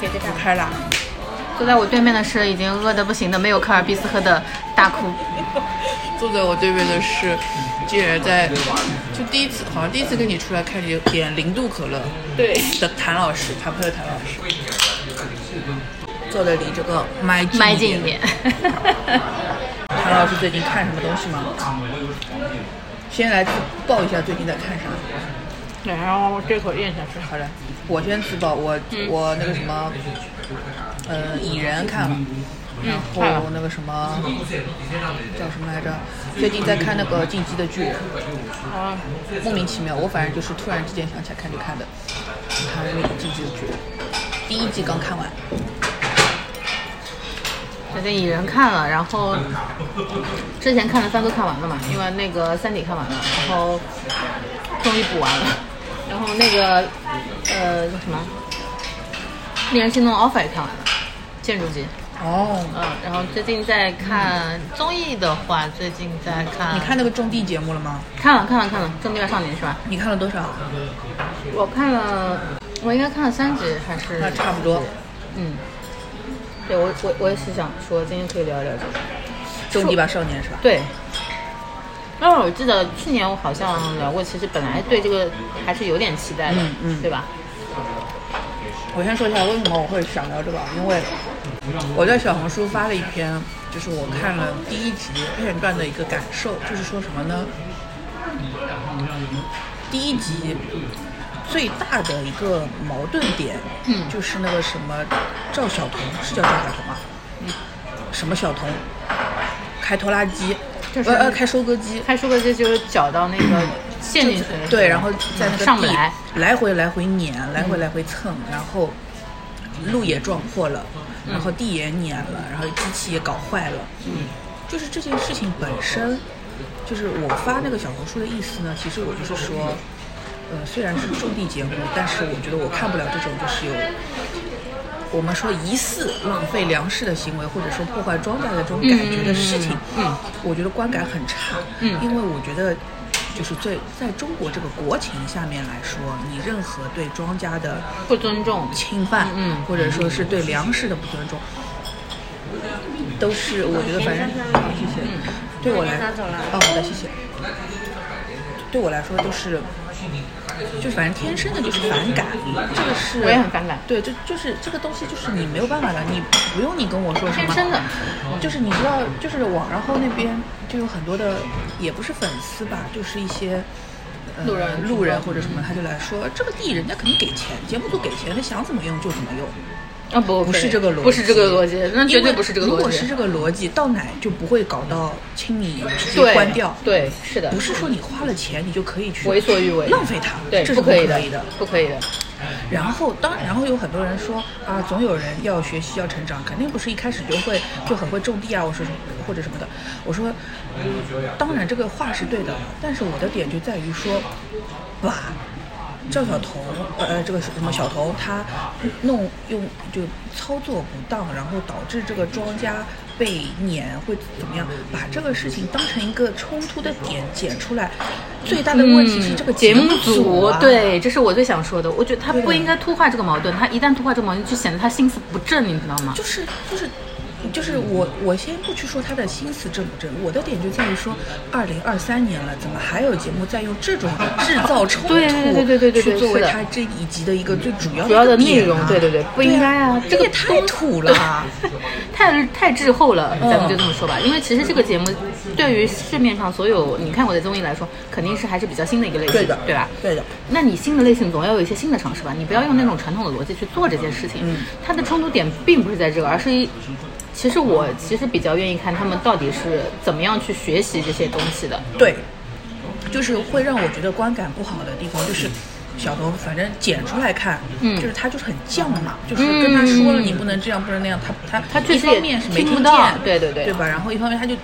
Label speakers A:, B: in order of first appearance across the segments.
A: 这大
B: 不开了。
C: 坐在我对面的是已经饿得不行的没有科尔必斯喝的大哭，
B: 坐在我对面的是，竟然在就第一次，好像第一次跟你出来看你点零度可乐
A: 对，
B: 的谭老师，谭朋友谭老师
A: 坐的离这个
B: 麦
C: 迈进一点。
B: 谭老师最近看什么东西吗？先来自报一下最近在看啥。
D: 然后这口咽下去。
B: 好的，我先自曝，我、我那个什么，呃，蚁人看了，然
D: 看
B: 后
D: 了
B: 那个什么叫什么来着？最近在看那个《进击的巨人
D: 啊，》，
B: 莫名其妙，我反正就是突然之间想起来看就看的，看了那个《进击的巨人》，第一季刚看完，
C: 最近蚁人看了，然后之前看的番都看完了嘛，因为那个三体看完了，然后终于补完了，然后那个呃叫什么令人心动的 offer 也看完了，建筑机，
B: 哦，
C: 嗯，然后最近在看综艺的话，最近在看
B: 你看那个种地节目了吗？
C: 看了看了看了《正义少年》是吧？
B: 你看了多少？
C: 我看了，我应该看了三集还是？
B: 那差不多。
C: 嗯，对我我我也是想说，今天可以聊一聊这个。
B: 种地吧少年是吧？
C: 对。那我记得去年我好像聊过，其实本来对这个还是有点期待的，
B: 嗯嗯
C: 对吧？
B: 我先说一下为什么我会想聊这个，啊因为我在小红书发了一篇，就是我看了第一集片段的一个感受，就是说什么呢？第一集最大的一个矛盾点，
C: 嗯
B: 就是那个什么赵小童是叫赵小童吗？
C: 嗯
B: 什么小童？开拖拉机，
C: 就是
B: 呃呃，开收割机，
C: 开书哥这就是搅到那个陷进去了，
B: 对，然后在那个地
C: 嗯上不来，嗯
B: 来回来回碾，来回来回蹭，然后路也撞破了，
C: 嗯
B: 然后地也碾了，然后机器也搞坏了。嗯，就是这件事情本身，就是我发那个小红书的意思呢，其实我就是说，呃，虽然是种地节目，但是我觉得我看不了这种就是有。我们说疑似浪费粮食的行为，或者说破坏庄稼的这种感觉的事情，
C: 嗯嗯嗯嗯
B: 我觉得观感很差，
C: 嗯
B: 因为我觉得就是最在中国这个国情下面来说，你任何对庄家的
C: 不尊重。
B: 侵犯，
C: 嗯嗯
B: 或者说是对粮食的不尊重，都是我觉得反正好谢谢，
C: 嗯
B: 对我来
A: 拿走了
B: 哦好的谢谢，对我来说都是。就反正天生的就是反感，这个是
C: 我也很反感
B: 对，这就是这个东西，就是你没有办法的，你不用你跟我说什么，
C: 天生的，
B: 就是你知道，就是网然后那边就有很多的，也不是粉丝吧，就是一些。呃
C: 路人
B: 路人或者什么，他就来说这个地人家肯定给钱，节目组给钱，他想怎么用就怎么用，
C: 啊不
B: 不是这个逻辑，
C: 不是这个逻辑，那绝
B: 因为
C: 对不是这个
B: 如
C: 逻
B: 果是
C: 辑。
B: 这个逻辑，到哪就不会搞到清理直接
C: 对，
B: 关掉，
C: 对，是的
B: 不，是说你花了钱你就可以去
C: 为所欲为，
B: 浪费它，
C: 对，
B: 这是
C: 可以
B: 的。
C: 不可以的。
B: 然后当然后有很多人说啊，总有人要学习要成长，肯定不是一开始就会就很会种地啊，我说什么或者什么的。我说，当然这个话是对的，但是我的点就在于说，哇。赵小童，呃，这个什么小童，他弄用就操作不当，然后导致这个庄家被碾会怎么样？把这个事情当成一个冲突的点剪出来，最大的问题是这个
C: 嗯节
B: 目
C: 组、
B: 啊嗯
C: 对，这是我最想说的。我觉得他
B: 对
C: 不应该突化这个矛盾，他一旦突化这个矛盾，就显得他心思不正，你知道吗？
B: 就是就是就是我我先不去说他的心思正不正，我的点就在于说，二零二三年了，怎么还有节目在用这种制造冲突，
C: 对对对对对对对
B: 去作为
C: 是的
B: 他这一集的一个最主要
C: 主要
B: 的
C: 的
B: 一个点
C: 内容
B: 啊
C: 对对对不应该啊
B: 这
C: 这个
B: 也太土了 啊，
C: 太太滞后了，咱们就这么说吧。
B: 嗯
C: 因为其实这个节目对于市面上所有你看过的综艺来说，肯定是还是比较新的一个类型，
B: 对的
C: 吧？
B: 对的，
C: 那你新的类型总要有一些新的尝试吧，你不要用那种传统的逻辑去做这件事情。
B: 嗯
C: 它的冲突点并不是在这个，而是一其实我其实比较愿意看他们到底是怎么样去学习这些东西的。
B: 对，就是会让我觉得观感不好的地方就是。小童反正剪出来看，
C: 嗯
B: 就是他就是很犟嘛，就是跟他说了
C: 嗯
B: 你不能这样，不能那样，他他
C: 他确
B: 一
C: 实
B: 方
C: 也
B: 面是没
C: 听不
B: 见
C: 到，对对对
B: 对吧？然后一方面他就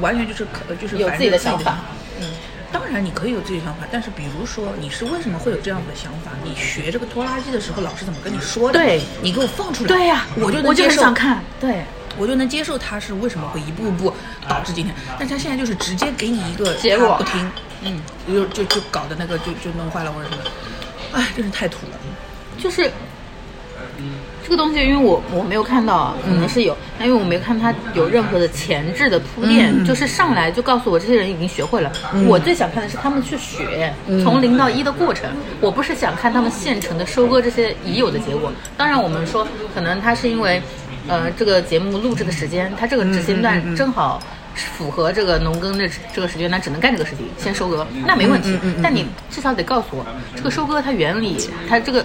B: 完全就是可就是
C: 有
B: 反
C: 自己
B: 正
C: 的想法。
B: 嗯，当然你可以有自己的想法，但是比如说你是为什么会有这样的想法？你学这个拖拉机的时候，老师怎么跟你说的？
C: 对
B: 你给我放出来。
C: 对呀、
B: 我就能
C: 我就
B: 接
C: 很
B: 受
C: 想看，对，
B: 我就能接受他是为什么会一步一步导致今天，但他现在就是直接给你一个
C: 啊结果
B: 他不听，
C: 嗯，
B: 就就就搞的那个就就弄坏了或者什么，哎，真是太土了。
C: 就是这个东西，因为我我没有看到啊，可能是有，但因为我没看它有任何的前置的铺垫，就是上来就告诉我这些人已经学会了。我最想看的是他们去学、从零到一的过程，我不是想看他们现成的收割这些已有的结果。当然，我们说可能它是因为，呃，这个节目录制的时间，它这个执行段正好。符合这个农耕的这个时间，那只能干这个事情，先收割，那没问题。但你至少得告诉我，这个收割它原理，它这个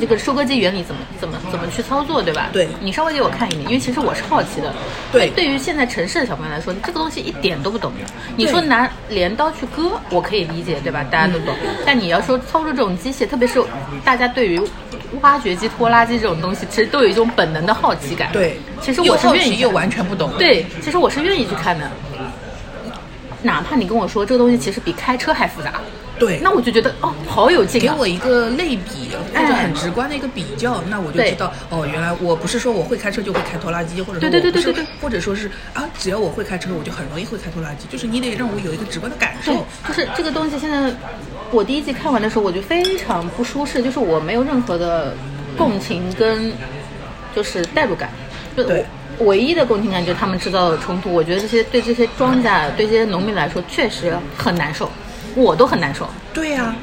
C: 这个收割机原理怎么怎么怎么去操作，对吧？
A: 对
C: 你稍微给我看一眼，因为其实我是好奇的。
A: 对
C: 对于现在城市的小朋友来说，这个东西一点都不懂的。你
A: 对
C: 说拿镰刀去割，我可以理解，对吧？大家都懂。但你要说操作这种机械，特别是大家对于挖掘机、拖拉机这种东西，其实都有一种本能的好奇感。
A: 对
C: 哎其实
B: 又
C: 我是
B: 好
C: 愿意
B: 奇又完全不懂。
C: 对，其实我是愿意去看的。哪怕你跟我说这个东西其实比开车还复杂，
A: 对，
C: 那我就觉得哦，好有劲、啊。
B: 给我一个类比或
C: 哎
B: 者很直观的一个比较，那我就
C: 对
B: 知道哦，原来我不是说我会开车就会开拖拉机，或者说
C: 对对对
B: 我不是
C: 对对对，
B: 或者说是啊，只要我会开车，我就很容易会开拖拉机，就是你得让我有一个直观的感
C: 对
B: 受。，
C: 就是这个东西。现在我第一季看完的时候，我就非常不舒适，就是我没有任何的共情跟就是代入感。就
B: 对
C: 我唯一的共情感就是他们制造的冲突，我觉得这些对这些庄稼、对这些农民来说确实很难受，我都很难受，
B: 对啊呀、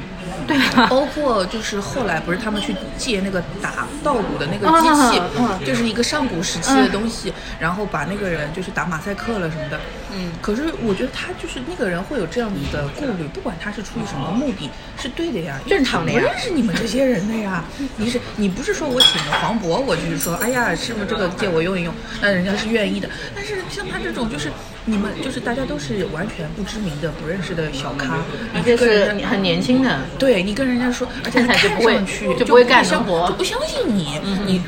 C: 对 吧？
B: 包括就是后来不是他们去借那个打稻谷的那个机器
C: 啊啊，
B: 就是一个上古时期的东西，然后把那个人就是打马赛克了什么的。
C: 嗯，
B: 可是我觉得他就是那个人会有这样子的顾虑，不管他是出于什么目的，是对的呀，因为
C: 正常的呀
B: 他不认识你们这些人的呀。 你是你不是说我请了黄渤，我就是说，哎呀，师傅这个借我用一用，那人家是愿意的。但是像他这种就是。你们就是大家都是完全不知名的、不认识的小咖，
C: 而
B: 你
C: 且
B: 去跟
C: 是
B: 人家
C: 很年轻的，
B: 对你跟人家说，而且他
C: 看起来就
B: 看
C: 不会
B: 上去
C: 就不
B: 不
C: 会干
B: 相
C: 农活嗯
B: 就不相信你，你，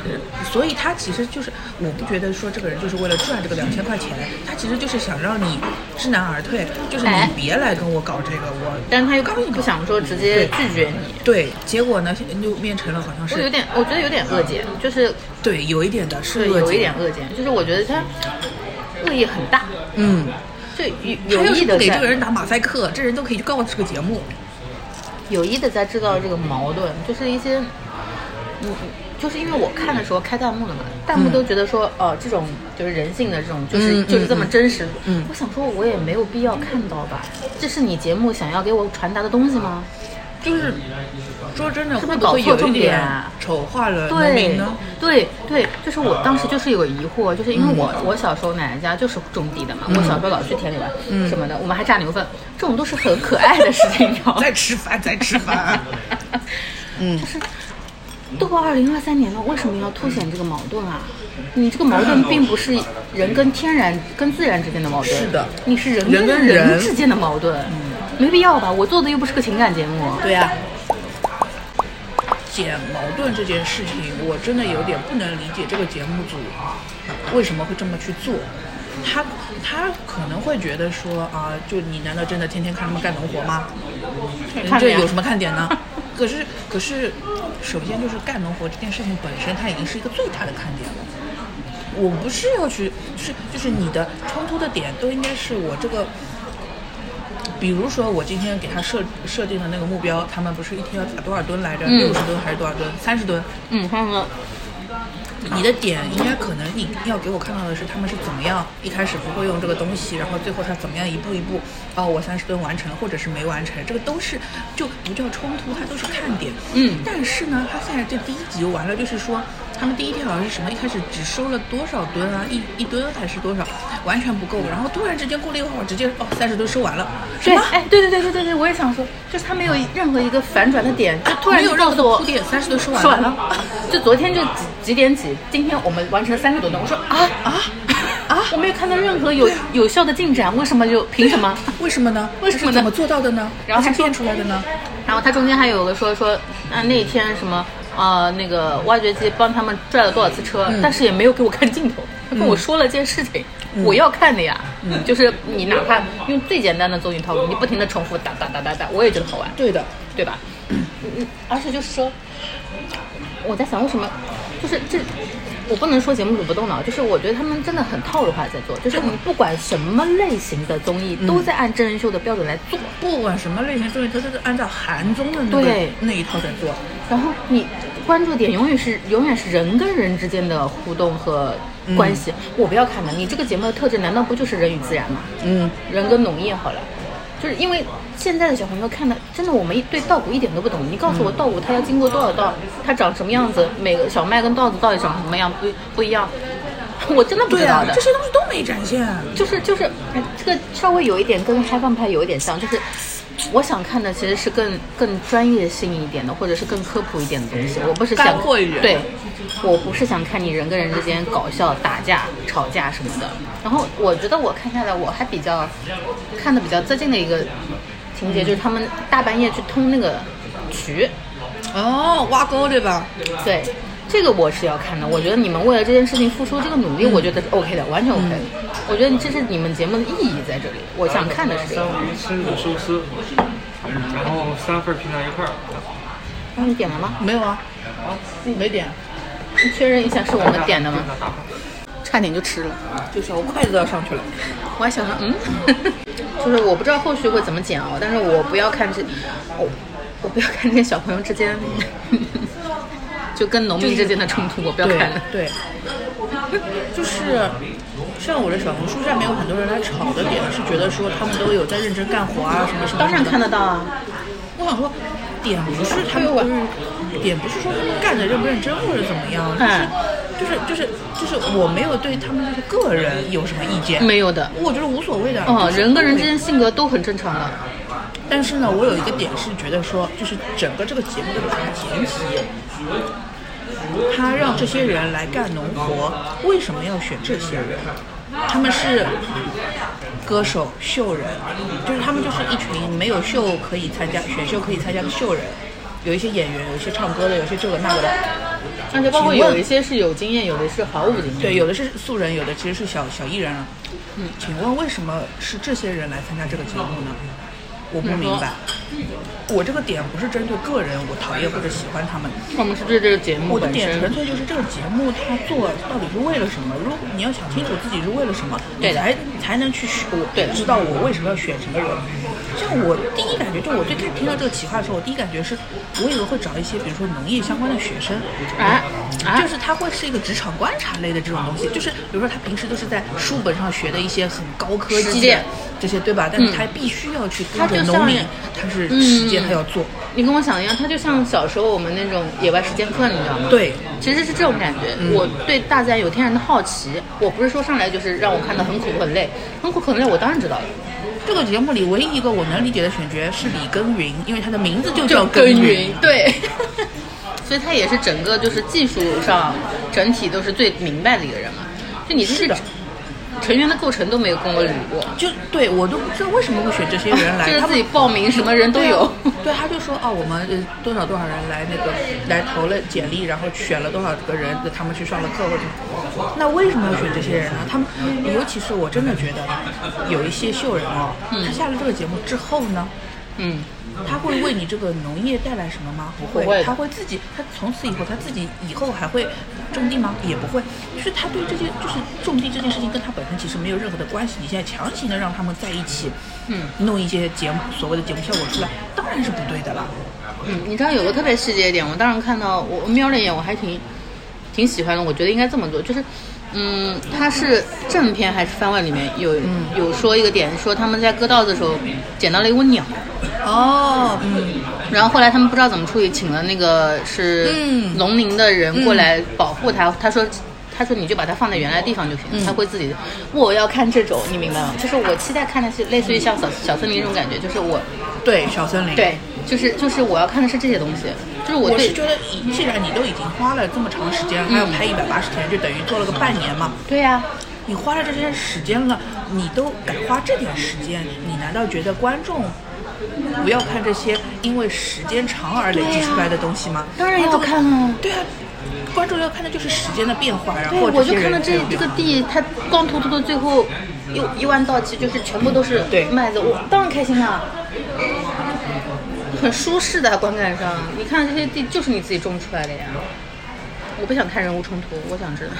B: 所以他其实就是，我不觉得说这个人就是为了赚这个两千块钱，他其实就是想让你知难而退，就是你
C: 哎
B: 别来跟我搞这个，我
C: 但他又
B: 告诉你
C: 不想说直接拒绝你。
B: 对，结果呢就变成了好像
C: 我有
B: 是
C: 点，我觉得有点恶解，就是
B: 对有一点的是
C: 对
B: 恶
C: 有一
B: 解
C: 点，恶解，就是我觉得他恶意很大，
B: 嗯，
C: 就有
B: 他
C: 有
B: 要
C: 意
B: 是
C: 的
B: 不给这个人打马赛克，这人都可以去告这个节目，
C: 有意的在制造这个矛盾，就是一些，嗯，就是因为我看的时候开弹幕了嘛，弹幕都觉得说，哦、这种就是人性的这种，就是、
B: 嗯
C: 就是这么真实。
B: 嗯嗯
C: 我想说，我也没有必要看到吧，这是你节目想要给我传达的东西吗？
B: 就是说真的，
C: 是不
B: 会
C: 是
B: 不会
C: 搞错
B: 有一
C: 重点
B: 点
C: 啊
B: 丑化了农民
C: 对
B: 呢？
C: 对对，就是我当时就是有个疑惑，就是
B: 嗯
C: 因为我、我小时候奶奶家就是种地的嘛，我小时候老去田里玩、
B: 嗯
C: 什么的，我们还榨牛粪，这种都是很可爱的事情，你知道吗？
B: 在吃饭，在吃饭。嗯
C: 就是都过二零二三年了，为什么要凸显这个矛盾啊？你这个矛盾并不是人跟天然、跟自然之间的矛盾，
B: 是的
C: 你是人
B: 人
C: 跟
B: 跟人嗯
C: 之间的矛盾，没必要吧？我做的又不是个情感节目，
B: 对 呀、解矛盾这件事情，我真的有点不能理解这个节目组为什么会这么去做。他他可能会觉得说啊，就你难道真的天天看他们干农活吗？你
C: 看
B: 这
C: 呀
B: 有什么看点呢？ 可是可是，首先就是干农活这件事情本身，它已经是一个最大的看点了。我不是要去，是就是你的冲突的点都应该是我这个比如说，我今天给他设设定的那个目标，他们不是一天要打多少吨来着？
C: 嗯
B: 六十、吨还是多少吨？三十吨？
C: 嗯，还有个
B: 你的点应该可能你要给我看到的是他们是怎么样一开始不会用这个东西，然后最后他怎么样一步一步，哦，我三十吨完成了，或者是没完成，这个都是就不叫冲突，它都是看点。
C: 嗯
B: 但是呢，他现在这第一集完了，就是说他们第一天好像是什么，一开始只收了多少吨啊，一一吨还是多少，完全不够。然后突然之间过了一会儿，直接哦三十吨收完了，什
C: 对，
B: 么？
C: 哎，对对对对对对，我也想说，就是他没有任何一个反转的点，就突然
B: 没
C: 就
B: 有
C: 告
B: 任何
C: 诉
B: 的
C: 我
B: 铺。垫，三十吨说完
C: 说完了，就昨天就几几点几，今天我们完成三十多吨。我说啊啊啊！我没有看到任何有有效的进展，为什么就凭什 么？
B: 为什么呢？
C: 为什么呢
B: 这是怎么做到的呢？
C: 然后他
B: 它是
C: 说
B: 变出来的呢？
C: 然后他中间还有个说说，啊那天什么呃那个挖掘机帮他们拽了多少次车，但是也没有给我看镜头，他跟我说了件事情，我要看的呀，就是你哪怕用最简单的综艺套路，你不停的重复打打打打打，我也觉得好玩，
B: 对的，
C: 对吧？嗯，而且就是说，我在想为什么，就是这。我不能说节目组不动脑，就是我觉得他们真的很套路化在做，就是你不管什么类型的综艺，都在按真人秀的标准来做。
B: 不管什么类型综艺，它都是按照韩综的那
C: 对
B: 个那一套在做。
C: 然后你关注点永远是永远是人跟人之间的互动和关系。我不要看的，你这个节目的特质难道不就是人与自然吗？
A: 嗯，
C: 人跟农业好了，就是因为现在的小朋友看的，真的我们一对稻谷一点都不懂。你告诉我稻谷它要经过多少道，它长什么样子，每个小麦跟稻子到底长什么样不不一样， 我真的不知
B: 对
C: 道
B: 啊
C: 的，
B: 这。些东西都没展现。啊
C: 就是就是，哎这个稍微有一点跟开放派有一点像，就是我想看的其实是更更专业性一点的，或者是更科普一点的东西。我不是想
D: 干货一点
C: 对，我不是想看你人跟人之间搞笑、打架、吵架什么的。然后我觉得我看下来，我还比较看的比较最近的一个情节，就是他们大半夜去通那个渠。
A: 哦，挖沟对吧？
C: 对，这个我是要看的。我觉得你们为了这件事情付出这个努力，我觉得是 OK 的，完全 OK 的。我觉得这是你们节目的意义在这里。我想看的是这
E: 三
C: 个。
E: 文吃的寿司，然后三份拼在一块儿。
C: 那你点了吗？
B: 没有啊，没点，
C: 你确认一下是我们点的吗？差点就吃了，
A: 就是我筷子都要上去了。
C: 我还想说，嗯， 就是我不知道后续会怎么剪哦，但是我不要看这，我我不要看这些小朋友之间， 就跟农民之间的冲突，我不要看了。
B: 对， 就是像我的小红书上面有很多人来吵的点是觉得说他们都有在认真干活啊什么什么。
C: 当然看
B: 的。
C: 得到哎啊，
B: 我想说，点不是他们就是，点不是说他们干的认不认真或者怎么样，
C: 哎，
B: 就是就是就是我没有对他们就是个人有什么意见，
C: 没有的。
B: 我觉得无所谓的。
C: 哦
B: 就，是
C: 人跟人之间性格都很正常的。
B: 但是呢，我有一个点是觉得说，就是整个这个节目的大前提，他让这些人来干农活，为什么要选这些人？他们是歌手、秀人，就是他们就是一群没有秀可以参加、选秀可以参加的秀人，有一些演员，有一些唱歌的，有一些这个那个的，
C: 而且包括
B: 请问
C: 有一些是有经验，有的是毫无经验。
B: 对，有的是素人，有的其实是小小艺人了。嗯，请问为什么是这些人来参加这个节目呢？我不明白。我这个点不是针对个人，我讨厌或者喜欢他们，
C: 我们是对这个节目
B: 我的
C: 本
B: 点纯
C: 身，
B: 粹就是这个节目它做到底是为了什么？如你要想清楚自己是为了什么，
C: 对
B: 你
C: 的
B: 才你才能去选，
C: 对的
B: 知道我为什么要选什么人。像我第一感觉，就我最开始听到这个企划的时候，我第一感觉是，我以为会找一些比如说农业相关的学生，
C: 哎哎
B: 就是他会是一个职场观察类的这种东西，就是比如说他平时都是在书本上学的一些很高科
C: 实
B: 技的
C: 践
B: 这些，对吧？但是他必须要去跟着
C: 他就
B: 农
C: 像
B: 民，他是实践，
C: 嗯
B: 他要做。
C: 你跟我想的一样，它就像小时候我们那种野外实践课，你知道吗？，
B: 对，
C: 其实是这种感觉。我对大自然有天然的好奇，我不是说上来就是让我看得很苦很累，很苦很累，我当然知道了。
B: 这个节目里唯一一个我能理解的选角是李耕耘，因为他的名字就叫
C: 耕
B: 耘。，
C: 对。 所以他也是整个就是技术上整体都是最明白的一个人嘛。就你就是
B: 是的
C: 成员的构成都没有跟我捋过，
B: 就对我都不知道为什么会选这些人 来，
C: 就是
B: 他
C: 自
B: 们
C: 己报名什么人都有。
B: 对，他就说哦，我们呃多少多少人来那个来投了简历，然后选了多少个人，他们去上了课或者什么。那为什么要选这些人呢？他们，尤其是我真的觉得有一些秀人哦，他下了这个节目之后呢，
C: 嗯，
B: 他会为你这个农业带来什么吗？不会，
C: 不会的
B: 他会自己，他从此以后他自己以后还会种地吗？也不会，就是他对这些就是种地这件事情跟他本身其实没有任何的关系。你现在强行的让他们在一起，
C: 嗯，
B: 弄一些节目所谓的节目效果出来，当然是不对的啦。
C: 嗯，你知道有个特别细节一点，我当时看到我我瞄了一眼，我还挺挺喜欢的。我觉得应该这么做，就是，嗯，它是正片还是番外里面有、
B: 嗯
C: 有说一个点，说他们在割稻子的时候捡到了一窝鸟，
B: 哦，嗯，
C: 然后后来他们不知道怎么处理，请了那个是
B: 嗯
C: 农民的人过来保护他，他说。他说：“你就把它放在原来的地方就行，
B: 嗯
C: 他会自己的。我要看这种，你明白吗？就是我期待看的是类似于像小小森林这种感觉，就是我
B: 对，小森林。，
C: 对，就是就是我要看的是这些东西，就是我
B: 我
C: 对
B: 是觉得已，既然你都已经花了这么长时间，还要拍一百八十天，就等于做了个半年嘛。
C: 对呀、
B: 你花了这些时间了，你都敢花这点时间，你难道觉得观众不要看这些因为时间长而累积出来的东西吗？
C: 当然要看啊。
B: 对啊，观众要看的就是时间的变化，然
C: 对，
B: 后
C: 我就
B: 些
C: 看到
B: 人
C: 这这个地，它光秃秃的，最后一一万到期，就是全部都是
B: 对
C: 麦子，我当然开心啦，很舒适的啊观感上。你看这些地就是你自己种出来的呀。我不想看人物冲突，我想知道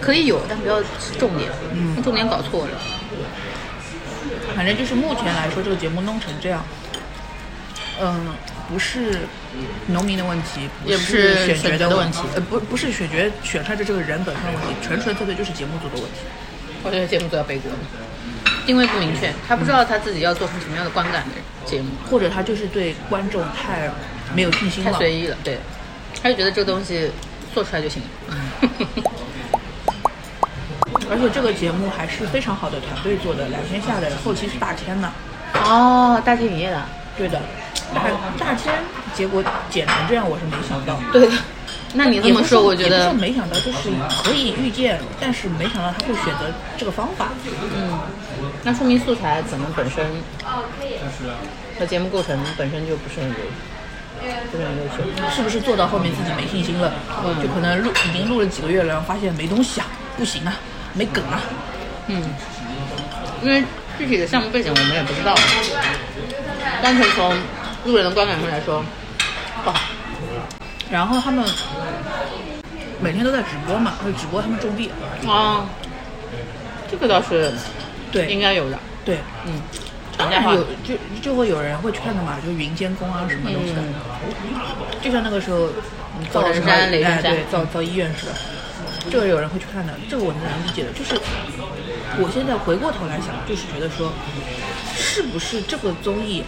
C: 可以有，但不要重点，
B: 嗯
C: 重点搞错了。
B: 反正就是目前来说，这个节目弄成这样，嗯，不是农民的问题，
C: 也不
B: 是
C: 是选
B: 选
C: 角
B: 角
C: 的问
B: 问
C: 题
B: 呃，不不是选角选出来的这个人本身的问题，纯纯粹粹就是节目组的问题。
C: 我觉得节目组要背锅，定位不明确，他不知道他自己要做成什么样的观感的节目，
B: 或者他就是对观众太没有信心
C: 太
B: 了。
C: 随意了。对，他就觉得这个东西做出来就行了。
B: 而且这个节目还是非常好的团队做的，两天下来后期是大千的。
C: 哦，大天影业的，
B: 对的，大大千结果剪成这样，我是没想到。
C: 对的。那你这
B: 也
C: 么
B: 不是
C: 说，我觉
B: 也不是
C: 得
B: 说没想到，就是可以预见，但是没想到他会选择这个方法。
C: 那说明素材可能本身和节目构成本身就不是很优，不是很优秀。
B: 是不是做到后面自己没信心了？
C: 嗯
B: 就可能录已经录了几个月了，然后发现没东西啊，不行啊，没梗啊。
C: 嗯，因为具体的项目背景我们也不知道，单纯从路人的观感上来说，不好。
B: 然后他们每天都在直播嘛，就直播他们种地。
C: 哦，这个倒是应
B: 对
C: 该有的，
B: 对，
C: 嗯，常
B: 当
C: 见
B: 然
C: 化
B: 有就就会有人会劝的嘛，就云监工啊什么东西的。
C: 嗯
B: 就像那个时候你造
C: 造
B: 的
C: 人
B: 时候，
C: 嗯山垒人
B: 哎，
C: 山
B: 对，造造医院似的，这个有人会去看的，这个我能理解的。就是我现在回过头来想，就是觉得说，是不是这个综艺，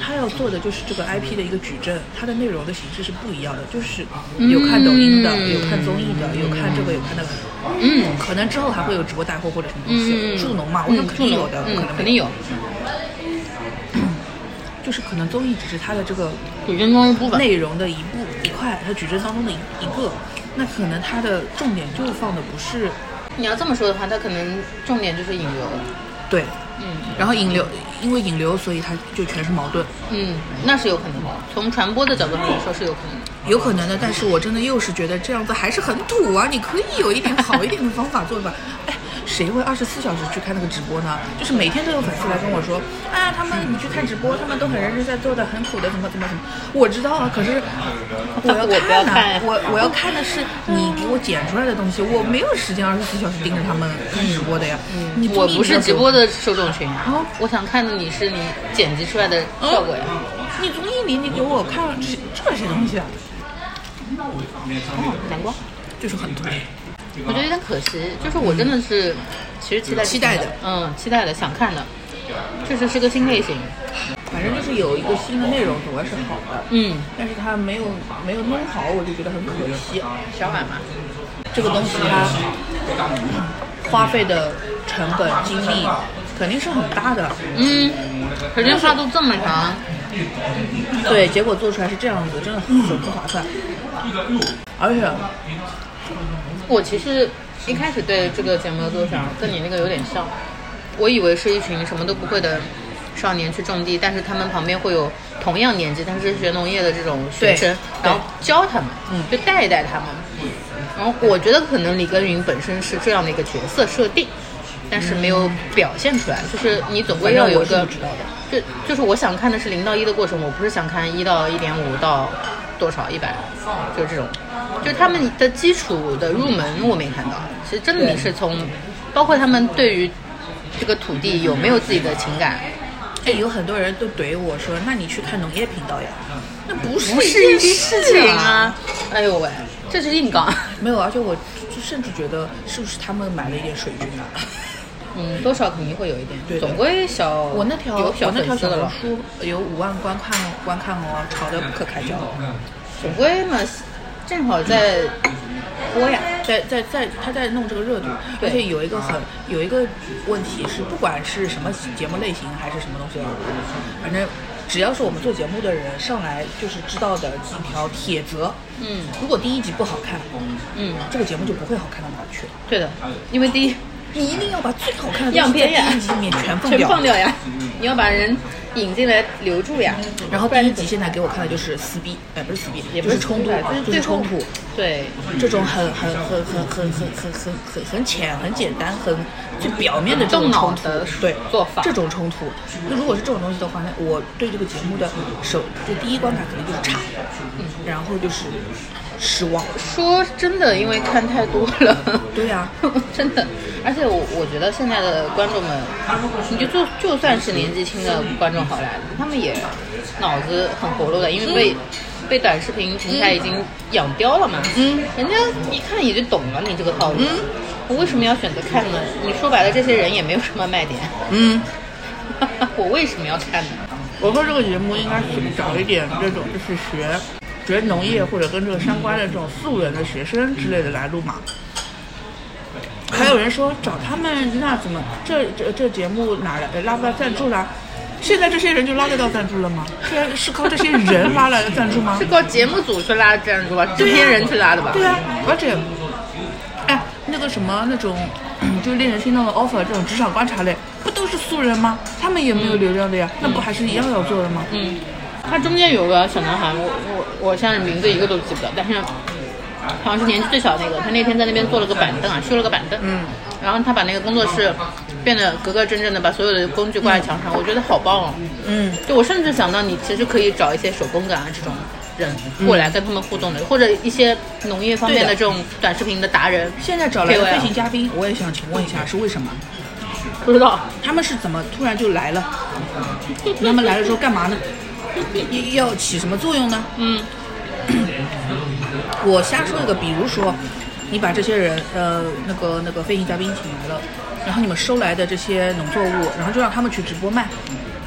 B: 他要做的就是这个 IP 的一个矩阵，它的内容的形式是不一样的，就是有看抖音的，有看综艺的，有看这个，有看那个。嗯，可能之后还会有直播带货或者什么东西，助农嘛，我想
C: 嗯
B: 肯定
C: 助农
B: 有的，
C: 嗯
B: 可能
C: 肯定
B: 有，
C: 有。
B: 就是可能综艺只是它的这个
C: 矩阵中的部分，
B: 内容的一部一块，它矩阵当中的一一个，那可能它的重点就放的不是
C: 你要这么说的话，它可能重点就是引流。
B: 对，
C: 嗯
B: 然后引流，因为引流，所以它就全是矛盾，
C: 嗯，那是有可能的。从传播的角度上来说是有可能的。
B: 有可能的。但是我真的又是觉得这样子还是很土啊！你可以有一点好一点的方法做吧。哎，谁会二十四小时去看那个直播呢？就是每天都有粉丝来跟我说，啊，他们你去看直播，他们都很认真在做的，很苦的，怎么怎么怎么。我知道啊，可是我要
C: 我不要
B: 看啊
C: 看，
B: 我我要看的是你给我剪出来的东西，我没有时间二十四小时盯着他们看直播的呀。你
C: 嗯我不是直播
B: 的，
C: 的受众群，啊
B: 哦
C: 我想看的你是你剪辑出来的效果呀。
B: 啊你综艺里你给我看这这些东西啊，
C: 哦，难怪，
B: 就是很土。
C: 我觉得有点可惜。就是我真的是，其实期待
B: 嗯期待的，
C: 嗯，期待的，想看的，确实是个新类型。
B: 反正就是有一个新的内容总归是好的，
C: 嗯，
B: 但是他没有没有弄好，我就觉得很可惜。啊
C: 小婉嘛，
B: 这个东西它花费的成本精力肯定是很大的，
C: 嗯，时间跨度这么长，
B: 对，结果做出来是这样子，真的很不划算。而且
C: 我其实一开始对这个节目的构想跟你那个有点像，我以为是一群什么都不会的少年去种地，但是他们旁边会有同样年纪但是学农业的这种学生
B: 对，
C: 然后教他们，
B: 嗯
C: 就带一带他们。然后我觉得可能李耕耘本身是这样的一个角色设定，但是没有表现出来，就是你总归
B: 反
C: 要
B: 正
C: 有
B: 我
C: 一
B: 是
C: 个
B: 不知道的，
C: 就就是我想看的是零到一的过程，我不是想看一到一点五到多少一百，就这种，就他们的基础的入门我没看到。其实真的你是从，包括他们对于这个土地有没有自己的情感，
B: 哎，有很多人都怼我说，那你去看农业频道呀？那不是
C: 不是
B: 一件
C: 事
B: 事
C: 情啊！哎呦喂，这是硬杠，
B: 没有，而且我就甚至觉得是不是他们买了一点水军啊？
C: 嗯，多少肯定会有一点，
B: 对的
C: 总归小
B: 我那条
C: 哦有
B: 我
C: 小
B: 那条
C: 粉丝
B: 小
C: 的
B: 红
C: 了，
B: 书有五万观看哦观看哦，吵得不可开交。
C: 总归嘛，正好在播呀，
B: 在在在，他在弄这个热度，
C: 对
B: 而且有一个很有一个问题是，不管是什么节目类型还是什么东西，啊反正只要是我们做节目的人上来就是知道的几条铁则，
C: 嗯
B: 如果第一集不好看，
C: 嗯，
B: 这个节目就不会好看到哪儿去。
C: 对的，因为第一。
B: 你一定要把最好看的
C: 样
B: 东西
C: 片呀
B: 在第一集里面全放
C: 全
B: 掉。嗯
C: 放掉呀！你要把人引进来留住呀。
B: 然后第一集现在给我看的就是撕逼，哎，不是撕逼，
C: 也不
B: 就是是冲突啊
C: 撕逼就是，
B: 就
C: 最
B: 是
C: 后
B: 冲突。
C: 对，
B: 这种很很很很很很很很很很浅、很简单、很最表面的这种冲
C: 动脑
B: 突
C: 的，
B: 对
C: 做法
B: 这种冲突，那如果是这种东西的话，那我对这个节目的首就第一观感肯定就是差，嗯，然后就是失望。
C: 说真的，因为看太多了。
B: 对呀
C: 真的。而且我我觉得现在的观众们，你就就就算是年纪轻的观众正回来的，他们也脑子很活络的，因为被、被短视频平台已经养刁了嘛。
A: 嗯，
C: 人家一看也就懂了你这个套路。我为什么要选择看呢？你说白了，这些人也没有什么卖点，
A: 嗯，
C: 我为什么要看呢？
D: 我说这个节目应该是找一点这种就是学学农业或者跟这个相关的这种素人的学生之类的来录嘛。还有人说找他们那怎么这这这节目哪来拉不到赞助啦？现在这些人就拉得到赞助了吗？现在是靠这些人拉来的赞助吗？
C: 是靠节目组去拉赞助吧，制片人去拉的吧？
D: 对啊，而且，哎，那个什么那种， 就令人心动的 offer 这种职场观察类，不都是素人吗？他们也没有流量的呀，那不还是一样要做的吗？
C: 嗯，他中间有个小男孩，我我我现在名字一个都记不得，但是好像是年纪最小那个。他那天在那边做了个板凳啊，修了个板凳。嗯，然后他把那个工作室变得格格正正的，把所有的工具挂在墙上，我觉得好棒哦。
A: 嗯，
C: 就我甚至想到，你其实可以找一些手工感啊这种人过来跟他们互动的，或者一些农业方面嗯的这种短视频的达人。
B: 现在找来的
C: KOL
B: 飞行嘉宾，我也想请问一下是为什么？
C: 不知道，
B: 他们是怎么突然就来了？他们来了之后干嘛呢？
A: 要起什么作用呢？
C: 嗯，
B: 我瞎说一个，比如说，你把这些人，呃，那个那个飞行嘉宾请来了，然后你们收来的这些农作物，然后就让他们去直播卖，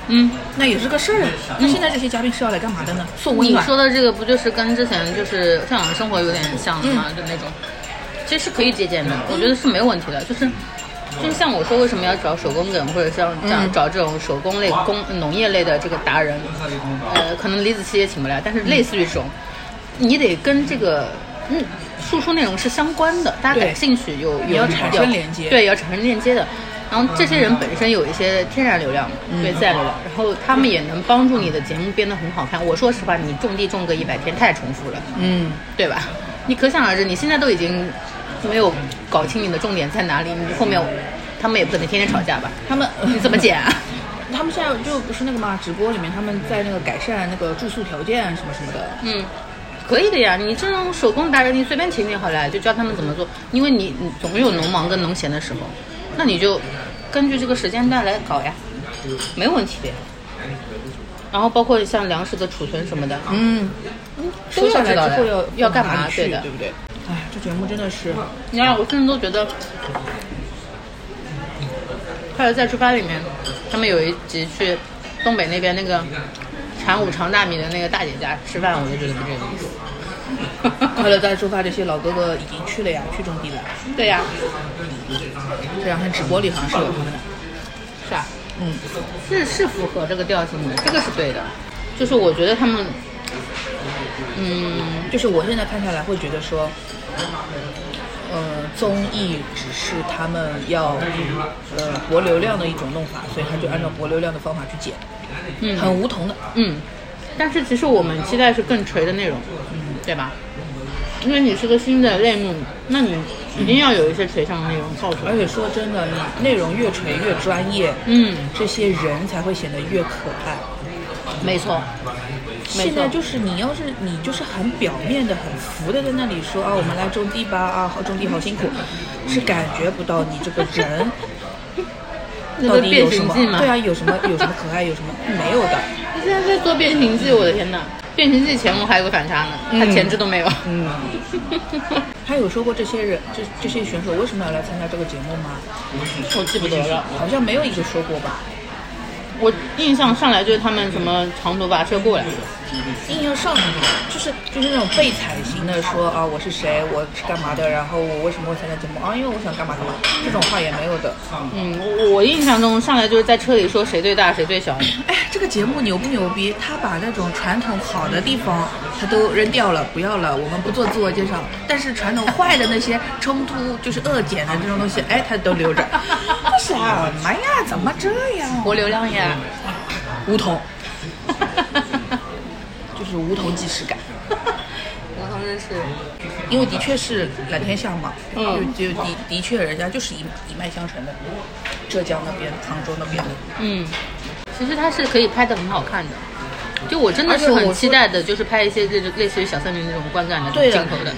C: 嗯。
B: 那也是个事儿啊。那现在这些嘉宾是要来干嘛的呢？送温
C: 你
B: 暖。
C: 说的这个不就是跟之前就是《向往的生活》有点像的
B: 嗯
C: 吗？就那种，其实是可以借鉴的，我觉得是没有问题的。就是，就是像我说，为什么要找手工梗，或者像这
B: 嗯
C: 样找这种手工类、工农业类的这个达人？呃，可能李子柒也请不来，但
B: 嗯
C: 是类似于这种，你得跟这个嗯输出内容是相关的，大家
B: 对
C: 感兴趣有有
B: 要产生
C: 有
B: 连接嗯
C: 对，要产生链接的。然后这些人本身有一些天然流量嘛，对自然流量，然后他们也能帮助你的节目变得很好看。我说实话，你种地种个一百天太重复了，
B: 嗯，
C: 对吧？你可想而知，你现在都已经没有搞清你的重点在哪里，你后面他们也不可能天天吵架吧？
B: 他 们
C: 你怎么剪啊？
B: 他们现在就不是那个嘛，直播里面他们在那个改善那个住宿条件啊什么什么的。
C: 嗯，可以的呀，你这种手工达人，你随便请请好了，就教他们怎么做，因为你你总有农忙跟农闲的时候，那你就根据这个时间段来搞呀，没有问题的呀。然后包括像粮食的储存什么的，啊，
B: 嗯，
C: 都
B: 说下
C: 要知
B: 来
C: 道
B: 之后
C: 的
B: 要，
C: 要干嘛？
B: 去
C: 对
B: 对
C: 的。
B: 不对？哎，这节目真的是，
C: 你看，我甚至都觉得，《快乐再出发》里面，他们有一集去东北那边那个产五常大米的那个大姐家吃饭，我就觉得不这个意思。
B: 快乐再出发这些老哥哥已经去了呀，去种地了。
C: 对呀、
B: 这两天直播里好像是有他们的。
C: 是啊，嗯，是是符合这个调性的，这个是对的。就是我觉得他们，嗯，
B: 就是我现在看下来会觉得说，呃，综艺只是他们要呃博流量的一种弄法，所以他就按照博流量的方法去剪，
C: 嗯
B: 很无同的。
C: 嗯，但是其实我们期待是更垂的内容，嗯对吧？因为你是个新的类目，那你一定要有一些垂向的内容告诉我
B: 而且说真的，你内容越垂越专业，
C: 嗯，
B: 这些人才会显得越可爱。
C: 没错，没错
B: 现在就是你要是你就是很表面的、很浮的在那里说啊，我们来种地吧啊，好种地好辛苦，是感觉不到你这个人
C: 那
B: 到
C: 个
B: 底
C: 变
B: 有什
C: 形
B: 么
C: 记嘛。
B: 对啊，有什么有什么可爱，有什么没有的。
C: 他现在在做变形记，我的天哪！变形记前后还有个反差呢，他前置都没有。
B: 嗯，他有说过这些人，这这些选手为什么要来参加这个节目吗？
C: 我记不得了。
B: 好像没有一个说过吧。
C: 我印象上来就是他们什么长途跋车过来，
B: 硬要上去，就是就是那种被踩型的说啊，我是谁，我是干嘛的，然后我为什么会参加节目啊？因为我想干嘛干嘛，这种话也没有的。
C: 嗯，我我印象中上来就是在车里说谁最大谁最小，
B: 哎，这个节目牛不牛逼？他把那种传统好的地方他都扔掉了，不要了，我们不做自我介绍。但是传统坏的那些冲突，就是恶剪的这种东西，哎，他都留着。 什么呀？怎么这样？
C: 博流量呀。
B: 梧桐，就是无头即视感。
C: 我同事是，
B: 因为的确是蓝天下嘛，
C: 嗯
B: 就就的的确人家就是一一脉相承的，浙江那边、杭州那边的，
C: 嗯，其实他是可以拍的很好看的。就我真的是
B: 而且我
C: 很
B: 说
C: 期待的，就是拍一些这种类似于小森林那种观感的
B: 对的
C: 镜头的。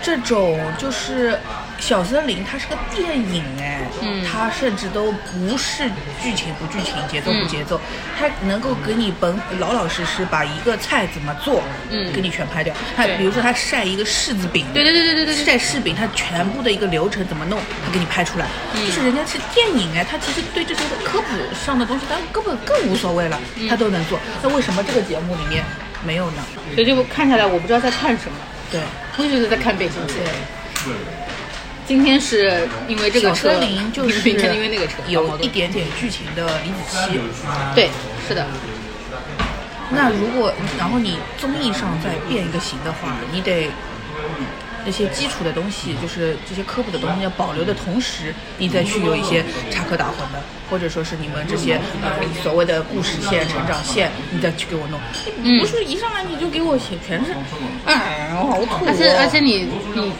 B: 这种就是小森林它是个电影哎，
C: 嗯
B: 它甚至都不是剧情不剧情，节奏不节
C: 嗯
B: 奏，它能够给你本老老实实把一个菜怎么做，
C: 嗯
B: 给你全拍掉。它
C: 对
B: 比如说它晒一个柿子饼，
C: 对对对对对对对
B: 晒柿饼它全部的一个流程怎么弄，它给你拍出来，
C: 嗯
B: 就是人家是电影哎，它其实对这些科普上的东西，它根本更无所谓了，
C: 嗯
B: 它都能做。那为什么这个节目里面没有呢？
C: 所以就看下来，我不知道在看什么，
B: 对，
C: 我一直都在看变形记。今天是因为这个
B: 小
C: 车，
B: 森 林就是
C: 明天因为那个车，
B: 有一点点剧情的李子柒。
C: 对，是的，
B: 那如果然后你综艺上再变一个形的话，你得那些基础的东西，就是这些科普的东西要保留的同时，你再去有一些插科打诨的，或者说是你们这些呃所谓的故事线、成长线，你再去给我弄。
C: 嗯
B: 不是一上来你就给我写全是，哎，我好土、哦。
C: 而且而且你你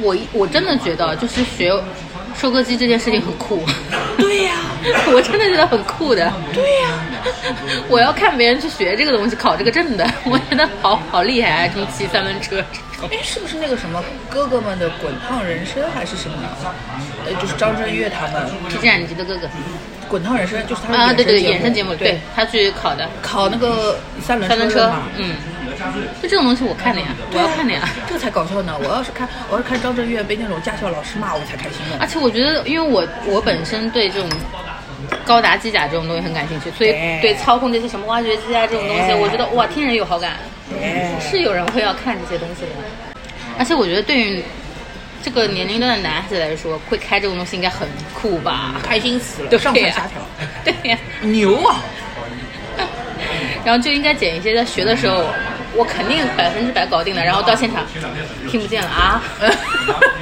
C: 我我我真的觉得就是学收割机这件事情很酷，
B: 对呀、
C: 我真的觉得很酷的。
B: 对呀、
C: 我要看别人去学这个东西，考这个证的，我觉得好好厉害啊！什么骑三轮车，
B: 哎，是不是那个什么哥哥们的滚烫人生还是什么？呃，就是张震岳他们
C: 皮战你的哥哥
B: 滚烫人生，就是他们
C: 啊，对对对，
B: 衍
C: 衍生节目，
B: 对
C: 对，他去考的
B: 考那个三轮
C: 三轮车
B: 嘛。，
C: 嗯，就这种东西我看的呀，我
B: 对啊
C: 要看的呀。
B: 这个才搞笑呢！我要是看，我要是看张震岳被那种驾校老师骂，我才开心呢。
C: 而且我觉得，因为我我本身对这种高达机甲这种东西很感兴趣，所以
B: 哎
C: 对操控这些什么挖掘机啊这种东西，
B: 哎
C: 我觉得哇，天然有好感，
B: 哎
C: 是有人会要看这些东西的。而且我觉得对于这个年龄段的男孩子来说，会开这种东西应该很酷吧？
B: 开心死了，
C: 对
B: 嗯上
C: 呀
B: 蹿下跳，
C: 对呀、
B: 牛啊！
C: 然后就应该捡一些在学的时候，我肯定百分之百搞定的，然后到现场听不见了啊！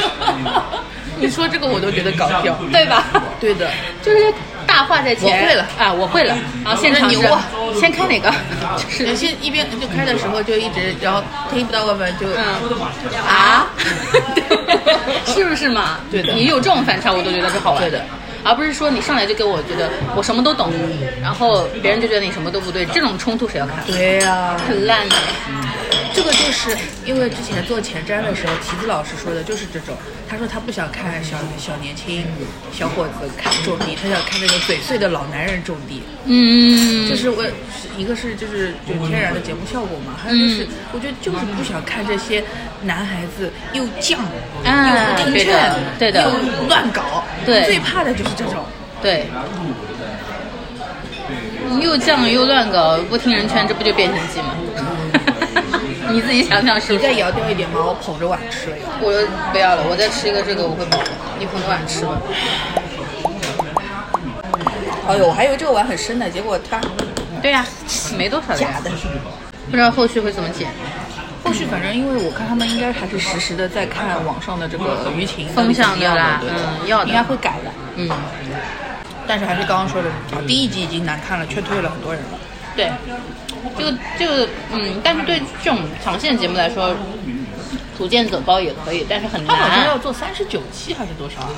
B: 你说这个我都觉得搞笑。
C: 对吧？
B: 对的，
C: 就是大话在前，
B: 我会了
C: 啊，我会了，然后现场是
B: 牛啊
C: 先开 哪个？就是
B: 有些一边就开的时候就一直，然后听不到外面就
C: 嗯啊， 是不是嘛？
B: 对的
C: 你有这种反差，我都觉得是好玩
B: 对的，
C: 而不是说你上来就给我觉得我什么都懂，然后别人就觉得你什么都不对，这种冲突谁要看？
B: 对呀、
C: 很烂的，
B: 这个就是因为之前做前瞻的时候，提子老师说的就是这种。他说他不想看小小年轻小伙子看种地，他想看那种嘴碎的老男人种地。
C: 嗯，
B: 就是我一个是就是就天然的节目效果嘛，还有
C: 嗯
B: 就是我觉得就是不想看这些男孩子又犟
C: 啊，嗯对
B: 又不听
C: 的
B: 劝，，
C: 对的，
B: 又乱搞，
C: 对
B: 最怕的就是这种。
C: 对。你又犟又乱搞，不听人劝，这不就变形计吗？ 你自己想想是
B: 你
C: 不
B: 再
C: 是？
B: 摇掉一点嘛，我捧着碗吃了又。
C: 我不要了，我再吃一个这个我会饱的。你捧着碗吃吧。
B: 哎呦，我还以为这个碗很深的，结果它
C: 对呀、没多少的呀
B: 假的。
C: 不知道后续会怎么剪，
B: 后续反正因为我看他们应该还是实时的在看网上的这个舆情
C: 风向的啦
B: 对
C: 嗯要的
B: 应该会改的。
C: 嗯，
B: 但是还是刚刚说的，啊第一集已经难看了，劝退了很多人了。
C: 对，这个这个，嗯，但是对这种长线节目来说，逐渐走高也可以，但是很
B: 他好像要
C: 难。
B: 做三十九期还是多少啊？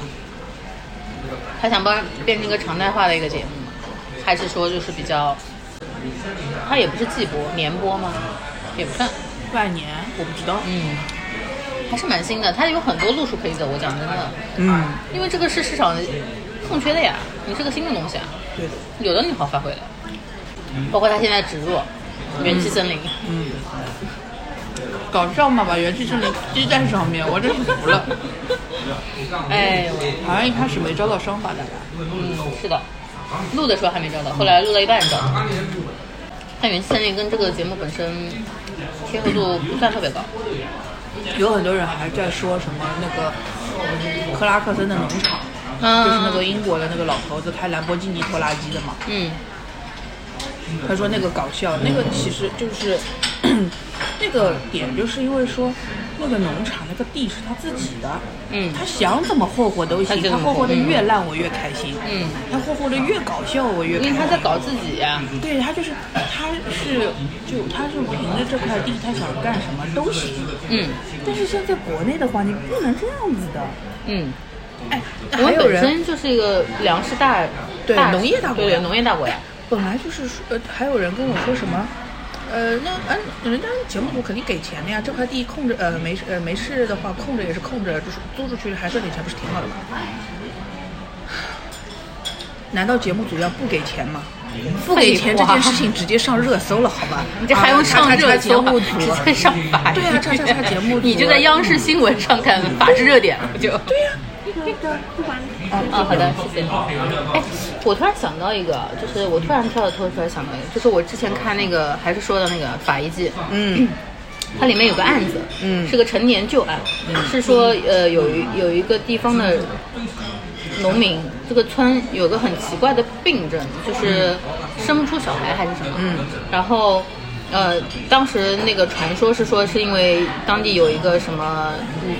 C: 他想帮变成一个常态化的一个节目吗？还是说就是比较，他也不是季播，年播吗？也不算，
B: 半年，我不知道。
C: 嗯，还是蛮新的。他有很多路数可以走，我讲真的，
B: 嗯，
C: 因为这个是市场空缺的呀，你是个新的东西啊。
B: 对的。
C: 有的你好发挥的，包括他现在植入
B: 嗯
C: 元气森林，
B: 搞笑嘛，把元气森林积在上面，我真是服了。嗯
C: 哎，
B: 好像一开始没招到商法的吧？
C: 嗯，是的，录的时候还没找到，后来录到一半找到。但元气森林跟这个节目本身贴合度不算特别高，
B: 有很多人还在说什么那个嗯克拉克森的农场，就是那个英国的那个老头子开兰博基尼拖拉机的嘛。
C: 嗯，
B: 他说那个搞笑，那个其实就是 那个点，就是因为说那个农场那个地是他自己的，
C: 嗯
B: 他想怎么霍霍都
C: 他
B: 行
C: 就，
B: 他
C: 怎么
B: 霍霍的
C: 霍嗯
B: 越烂我越开心，
C: 嗯，
B: 他霍霍的越搞笑我越
C: 因
B: 开心，
C: 为他在搞自己呀、
B: 对他就是，他是就他是凭着这块地，他想干什么都行。
C: 嗯
B: 但是现在国内的话，你不能这样子的。
C: 嗯，
B: 哎，
C: 我
B: 还
C: 们
B: 有
C: 本
B: 人
C: 身就是一个粮食大，
B: 对
C: 大
B: 农业大国
C: 对
B: 呀
C: 农业大国呀，
B: 本来就是说，呃，还有人跟我说什么，呃，那嗯，人家节目组肯定给钱的呀，这块地空着，呃，没事呃没事的话空着也是空着，就是租出去还赚点钱，不是挺好的吗？难道节目组要不给钱吗？不给钱这件事情直接上热搜了，好吧？
C: 你这还用上
B: 啊
C: 热
B: 叉叉叉节
C: 搜吗
B: 目组？
C: 直接上法
B: 对啊叉叉叉节目组嗯
C: 你就在央视新闻上看法制热点了， 不就？对呀、啊。
B: 嗯
C: 啊，好的，谢谢。哎，我突然想到一个，就是我突然跳脱出来想到一个，就是我之前看那个，还是说的那个《法医季》，
B: 嗯，
C: 它里面有个案子，嗯，是个陈年旧案，
B: 嗯
C: 是说呃有一有一个地方的农民，这个村有个很奇怪的病症，就是生不出小孩还是什么，嗯，然后。呃，当时那个传说是说是因为当地有一个什么，嗯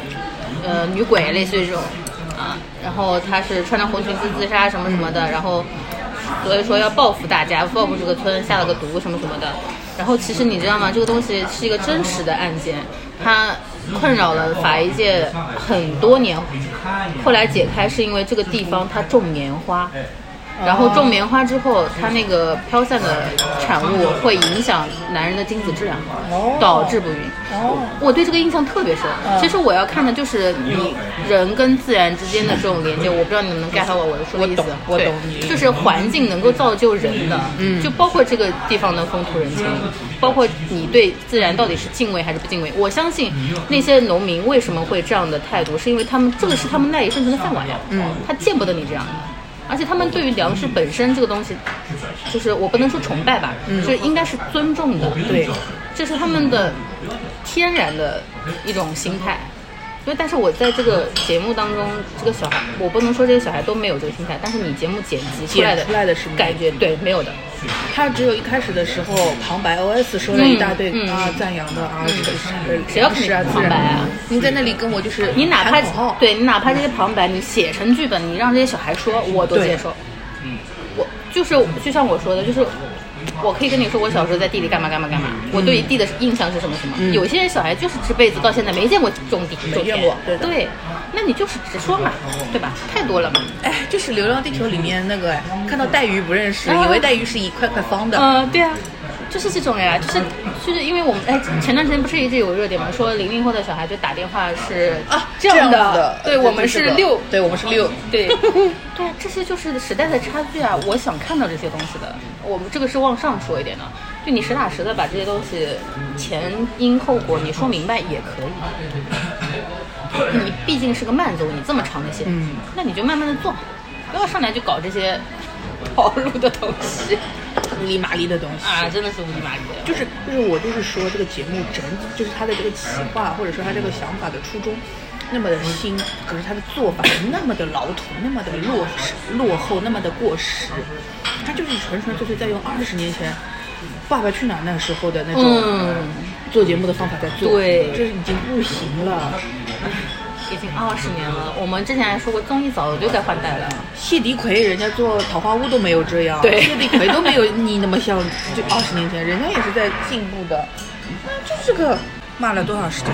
C: 呃，女鬼类似于这种，啊，然后她是穿着红裙子自杀什么什么的，然后所以说要报复大家，报复这个村下了个毒什么什么的。然后其实你知道吗？这个东西是一个真实的案件，它困扰了法医界很多年。后来解开是因为这个地方它种棉花，然后种棉花之后，它那个飘散的产物会影响男人的精子质量，导致不孕。
B: 哦
C: 我对这个印象特别深。
B: 嗯
C: 其实我要看的就是你人跟自然之间的这种连接。我不知道你们能 get 到我说的意思。
B: 我懂我懂
C: 对就是环境能够造就人的，嗯，就包括这个地方的风土人情，
B: 嗯
C: 包括你对自然到底是敬畏还是不敬畏。我相信那些农民为什么会这样的态度，是因为他们这个是他们赖以生存的饭碗呀，嗯，他见不得你这样。而且他们对于粮食本身这个东西，就是我不能说崇拜吧，
B: 嗯
C: 就是应该是尊重的，对，这是他们的天然的一种心态。因为但是我在这个节目当中，这个小孩，我不能说这个小孩都没有这个心态，但是你节目剪辑出来的
B: 剪出来的是没有
C: 感觉，对，没有的，
B: 他只有一开始的时候旁白 OS 说了一大堆、
C: 嗯嗯
B: 啊赞扬的啊，是的是的
C: 谁要看你
B: 是啊自
C: 旁
B: 然
C: 白啊？
B: 您在那里跟我就是
C: 你哪怕
B: 喊口号，
C: 对你哪怕这些旁白，你写成剧本，你让这些小孩说，我都
B: 对
C: 接受。我就是就像我说的，就是我可以跟你说，我小时候在地里干嘛干嘛干嘛，
B: 嗯
C: 我对于地的印象是什么什么。有些人小孩就是这辈子到现在没见过种地，种
B: 见
C: 田
B: 过对的
C: 对，那你就是直说嘛，对吧？太多了嘛。
B: 哎，就是《流浪地球》里面那个哎，看到带鱼不认识，
C: 啊
B: 以为带鱼是一块块方的。
C: 嗯，对啊，就是这种呀，就是就是因为我们哎，前段时间不是一直有热点嘛，说零零后的小孩就打电话是
B: 啊，
C: 这
B: 样
C: 的，
B: 的，
C: 对我们
B: 这
C: 是
B: 个
C: 六，
B: 对我们是六，
C: 对对啊，这些就是时代的差距啊！我想看到这些东西的，我们这个是往上说一点的，就你实打实的把这些东西前因后果你说明白也可以。你毕竟是个慢走，你这么长的线，嗯、那你就慢慢的做，不要上来就搞这些跑路的东西
B: 乌里麻里的东西。
C: 啊！真的是无理麻里的。
B: 就是就是我就是说这个节目整体就是他的这个企划或者说他这个想法的初衷，那么的新，可是他的做法那么的老土，那么的落实落后，那么的过时，他就是纯纯粹粹在用二十年前《爸爸去哪儿》那时候的那种、
C: 嗯
B: 做节目的方法在做，
C: 对
B: 这已经不行了。
C: 已经二哦十年了，我们之前还说过，综艺早就该换代了。哦
B: 谢涤奎人家做《桃花坞》都没有这样，
C: 对
B: 谢涤奎都没有 你那么像，就二十年前，人家也是在进步的。那就是个骂了多少时间？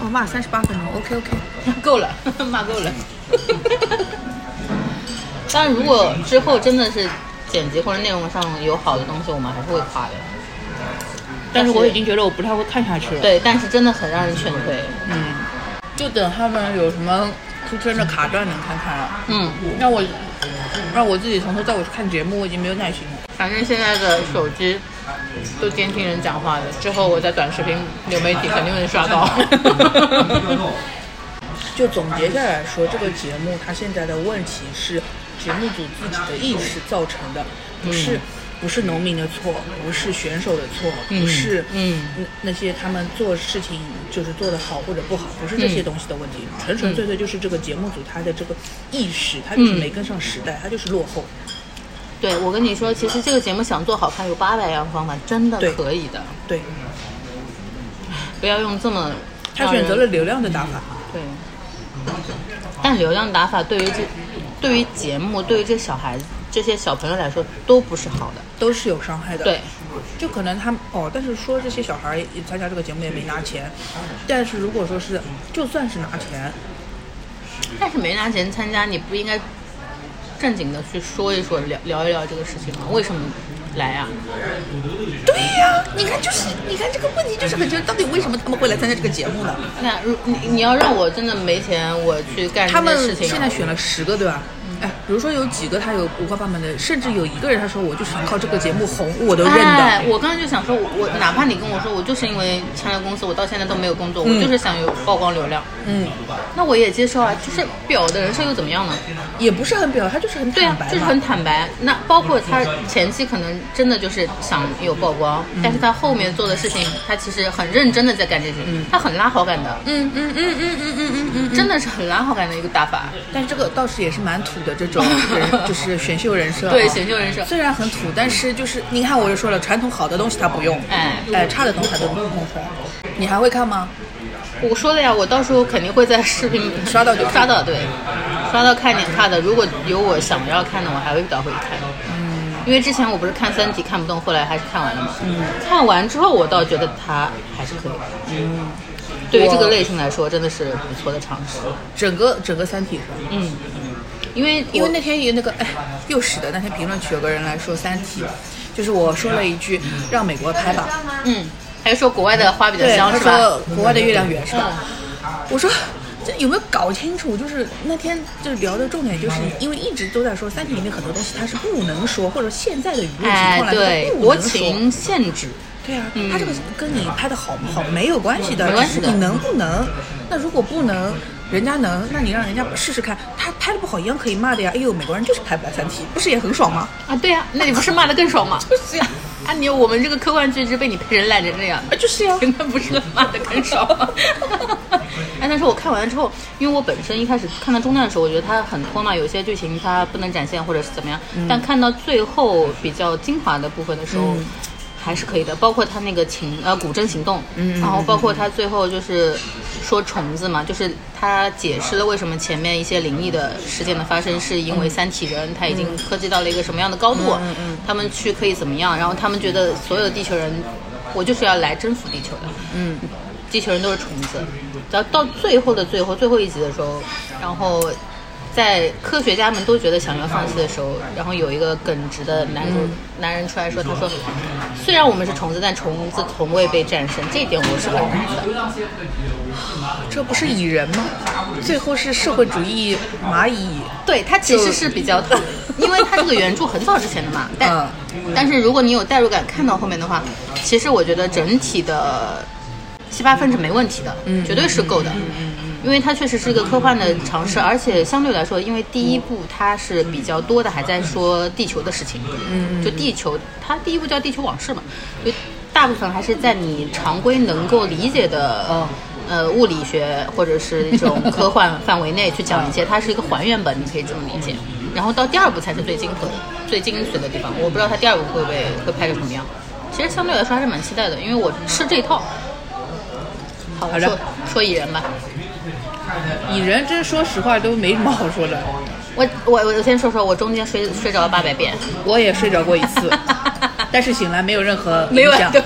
B: 哦，骂三十八分钟，OK OK。
C: 够了，骂够了。但如果之后真的是剪辑或者内容上有好的东西，我们还是会夸的。
D: 但是我已经觉得我不太会看下去了。
C: 对，但是真的很让人劝退。
D: 就等他们有什么出圈的卡段能看看了。
C: 嗯，
D: 让我让我自己从头到尾去看节目，我已经没有耐心了。
C: 反正现在的手机都监听人讲话的，之后我在短视频流媒体肯定能刷到。
B: 就总结下来说，这个节目它现在的问题是节目组自己的意识造成的，不是、不是农民的错，不是选手的错，不是
C: 嗯嗯
B: 那那些他们做事情就是做得好或者不好，不是这些东西的问题，
C: 嗯
B: 纯纯粹粹就是这个节目组它的这个意识，
C: 嗯
B: 它就是没跟上时代，它就是落后。
C: 对，我跟你说，其实这个节目想做好看，有八百样方法，真的
B: 对
C: 可以的。
B: 对
C: 不要用这么
B: 他
C: 让
B: 选
C: 人
B: 择了流量的打法，
C: 对，但流量打法对于这，对于节目，对于这小孩子、这些小朋友来说都不是好的。
B: 都是有伤害的。
C: 对，
B: 就可能他们哦，但是说这些小孩儿也参加这个节目也没拿钱，但是如果说是就算是拿钱，
C: 但是没拿钱参加，你不应该正经的去说一说，聊聊一聊这个事情嘛，为什么来啊？
A: 对呀、你看就是，你看这个问题就是很就是到底为什么他们会来参加这个节目呢？
C: 那如你你要让我真的没钱，我去干
B: 他
C: 哎这
B: 们
C: 件事情，啊嗯
B: 现在选了十个，对吧？哎，比如说有几个他有五花八门的，甚至有一个人他说我就是想靠这个节目红，我都认
C: 哎
B: 的。，
C: 我刚才就想说，我我哪怕你跟我说我就是因为签了公司，我到现在都没有工作，我就是想有曝光流量，
B: 嗯，
C: 那我也接受啊，就是表的人设又怎么样呢？
B: 也不是很表，他就是很
C: 对
B: 坦
C: 啊
B: 白，嘛。嗯
C: 就是很坦白。那包括他前期可能真的就是想有曝光，
B: 嗯
C: 但是他后面做的事情，他其实很认真的在干这些，他很拉好感的，
B: 嗯嗯嗯嗯嗯嗯嗯嗯。
C: 真的是很拉好感的一个打法。
B: 但这个倒是也是蛮土的这种人，就是选秀人设啊。
C: 对，选秀人设，
B: 虽然很土，但是就是你看我就说了，传统好的东西他不用，
C: 哎
B: 哎，差的东西他都弄出来。你还会看吗？
C: 我说了呀，我到时候肯定会在视频
B: 刷到就看
C: 刷到，对，刷到看点看的。如果有我想要看的，我还会倒回去看。嗯，因为之前我不是看《三体》看不动，后来还是看完了嘛。嗯，看完之后我倒觉得它还是可以。嗯，对于这个类型来说，真的是不错的尝试。
B: 整个整个《三体》是吧？
C: 嗯，因为
B: 因
C: 我
B: 为那天有那个哎，又使得那天评论区有个人来说《三体》，就是我说了一句让美国拍吧，
C: 嗯，还是说国外的花比较
B: 对，
C: 香
B: 他
C: 是吧
B: 说？国外的月亮圆是吧？
C: 嗯
B: 我说。这有没有搞清楚？就是那天就是聊的重点，就是因为一直都在说《三体》里面很多东西它是不能说，或者现在的舆论情
C: 哎
B: 况，来说
C: 对
B: 它，不
C: 国
B: 能说。
C: 情限制。
B: 对啊，
C: 嗯
B: 它这个跟你拍的好不好没有关系的，
C: 没关系
B: 只
C: 的
B: 是你能不能？那如果不能，人家能，那你让人家试试看，他拍的不好一样可以骂的呀。哎呦，美国人就是拍不来《三体》，不是也很爽吗？
C: 啊，对呀、那你不是骂的更爽 吗？
B: 就是呀，
C: 啊，你我们这个科幻剧是被你人懒成这样，
B: 啊就 是呀。
C: 真的不是骂的更少。哎，但是我看完之后，因为我本身一开始看到中段的时候，我觉得它很空嘛，有些剧情它不能展现或者是怎么样，但看到最后比较精华的部分的时候。还是可以的，包括他那个情呃古筝行动，嗯，然后包括他最后就是说虫子嘛，就是他解释了为什么前面一些灵异的事件的发生是因为三体人他已经科技到了一个什么样的高度，他们去可以怎么样，然后他们觉得所有的地球人，我就是要来征服地球的，嗯，地球人都是虫子。然后到最后的最后最后一集的时候，然后在科学家们都觉得想要放弃的时候，然后有一个耿直的男主、男人出来说，他说，虽然我们是虫子，但虫子从未被战胜，这一点我是很同意的。
B: 这不是蚁人吗？最后是社会主义蚂蚁，
C: 对，它其实是比较， 因为它这个原著很早之前的嘛，但、
B: 嗯
C: 但是如果你有代入感看到后面的话，其实我觉得整体的七八分是没问题的，嗯，绝对是够的，嗯嗯因为它确实是一个科幻的尝试，而且相对来说，因为第一部它是比较多的还在说地球的事情，嗯，就地球，它第一部叫《地球往事》嘛，就大部分还是在你常规能够理解的，呃，物理学或者是一种科幻范围内去讲一些，它是一个还原本，你可以这么理解。然后到第二部才是最精髓的、最精髓的地方。我不知道它第二部会不会会拍成什么样。其实相对来说还是蛮期待的，因为我吃这一套。好，
B: 的
C: 说说蚁人吧。
B: 蚁人真说实话都没什么好说的。
C: 我我我先说说，我中间睡睡着了八百遍。
B: 我也睡着过一 次，但是醒来没有啊任何
C: 没
B: 影
C: 有
B: 响。
C: 对，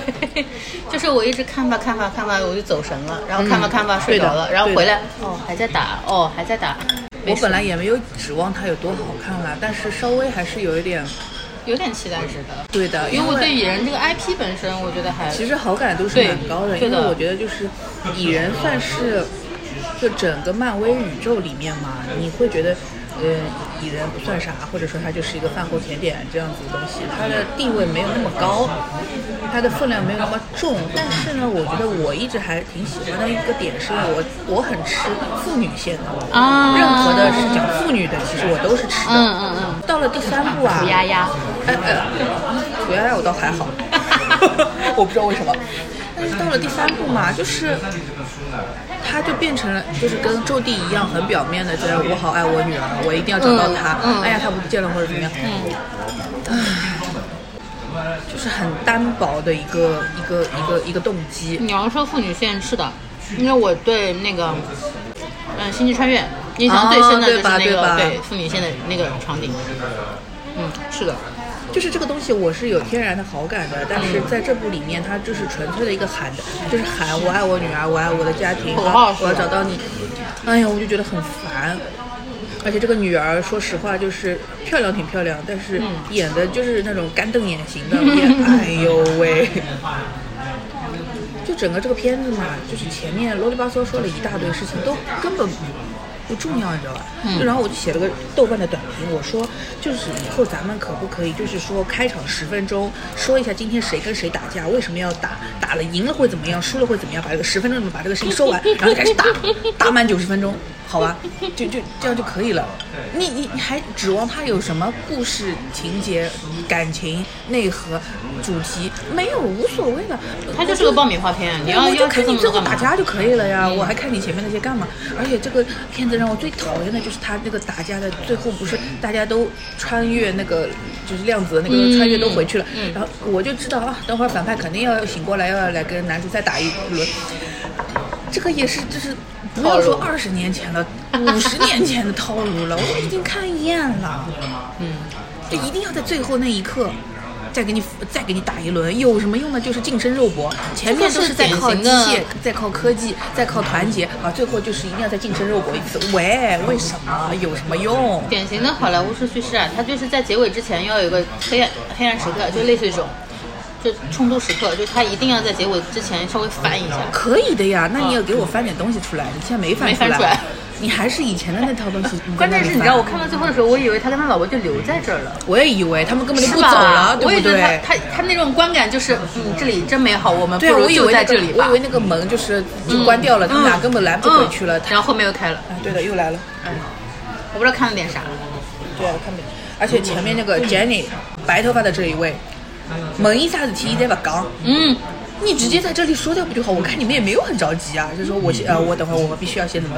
C: 就是我一直看吧看吧看吧，我就走神了，然后看吧看吧睡着
B: 嗯对
C: 了，
B: 的
C: 然后
B: 对的
C: 回来哦还在打哦还在打，没
B: 我
C: 事
B: 本来也没有指望它有多好看啦，但是稍微还是有一点
C: 有点期待值的，
B: 对的，
C: 因为
B: 为
C: 我对蚁人这个 IP 本身我觉得还
B: 其实好感度是
C: 对
B: 蛮高的，
C: 对
B: 因
C: 的
B: 为我觉得就是蚁人算是就整个漫威宇宙里面嘛，你会觉得，呃，蚁人不算啥，或者说它就是一个饭后甜点这样子的东西，它的地位没有那么高，它的分量没有那么重。但是呢，我觉得我一直还挺喜欢的一个点是我我很吃父女线的，
C: 啊
B: 任何的是讲父女的，其实我都是吃的。
C: 嗯嗯嗯，
B: 到了第三部啊，
C: 丫丫，
B: 哎哎，土丫丫我倒还好， 我不知道为什么。但是到了第三部嘛，就是他就变成了，就是跟周地一样，很表面的，觉得我好爱我女儿，我一定要找到她。
C: 嗯嗯
B: 哎呀，她不见了或者怎么样。嗯。就是很单薄的一个一个一个一个动机。
C: 你要说父女线是的，因为我对那个嗯《星际穿越》印象最深的就
B: 啊对
C: 是
B: 吧
C: 那
B: 对
C: 个
B: 吧
C: 对父女线的那个场景，嗯是的，
B: 就是这个东西我是有天然的好感的，但是在这部里面，它就是纯粹的一个喊的，就是喊我爱我女儿，我爱我的家庭，
C: 口号
B: 啊
C: 是吧
B: 我要找到你。哎呀，我就觉得很烦。而且这个女儿，说实话就是漂亮，挺漂亮，但
C: 嗯
B: 是演的就是那种干瞪眼型的，演哎呦喂！就整个这个片子嘛，就是前面啰里吧嗦说了一大堆事情，都根本不重要，你知道吧？嗯、然后我就写了个豆瓣的短评，我说就是以后咱们可不可以，就是说开场十分钟说一下今天谁跟谁打架，为什么要打，打了赢了会怎么样，输了会怎么样，把这个十分钟里面把这个事情说 完，然后就开始打，打满九十分钟，好吧？就就这样就可以了。你你你还指望他有什么故事情节、感情内核、主题？没有，无所谓了。
C: 它就是个爆米花片，你要
B: 我就
C: 要求
B: 看
C: 这
B: 你
C: 么
B: 最
C: 多干
B: 后打
C: 嘛？
B: 架就可以了呀，我还看你前面那些干嘛？而且这个片子让我最讨厌的就是他那个打架的最后不是大家都穿越那个就是量子的那个
C: 嗯
B: 穿越都回去了，
C: 嗯
B: 然后我就知道啊，等会儿反派肯定要醒过来，要来跟男主再打一轮。这个也是，就是不要说二十年前了，五十年前的套路了，我已经看厌了。
C: 嗯
B: 就一定要在最后那一刻。再给你再给你打一轮有什么用呢？就是近身肉搏，前面都是在靠机
C: 这个是典
B: 械
C: 型的，
B: 在靠科技，在靠团结啊，最后就是一定要再近身肉搏一次。喂，为什么？有什么用？
C: 典型的好莱坞式叙事啊，它就是在结尾之前要有一个黑暗黑暗时刻，就类似于这种，就冲突时刻，就它一定要在结尾之前稍微翻一下。
B: 可以的呀，那你也给我翻点东西出来，你现在没
C: 嗯
B: 翻
C: 没翻出来
B: 你还是以前的那套东西。
C: 关键是你知道，我看
B: 到，
C: 到最后的时候，我以为他跟他老婆就留在这儿了。
B: 我也以为他们根本就是不走
C: 吧？
B: 了，
C: 我
B: 对
C: 也
B: 不
C: 觉得
B: 对？
C: 他他他那种观感就是，嗯，这里真美好，我们不
B: 对啊，
C: 如
B: 我以
C: 就
B: 为
C: 在
B: 那个
C: 这里
B: 我
C: 吧
B: 以。为那个门就是就关掉了，他们俩根本来不回去了。
C: 嗯然后后面又开了，
B: 啊，对的，又来了。
C: 我不知道看了点啥。
B: 对啊，我看不见。而且前面那
C: 嗯
B: 个 Jenny 白头发的这一位，门一下子提一在把讲，
C: 嗯，
B: 你直接在这里说掉不就好？我看你们也没有很着急啊，就说我先呃，我等会儿我们必须要先怎么。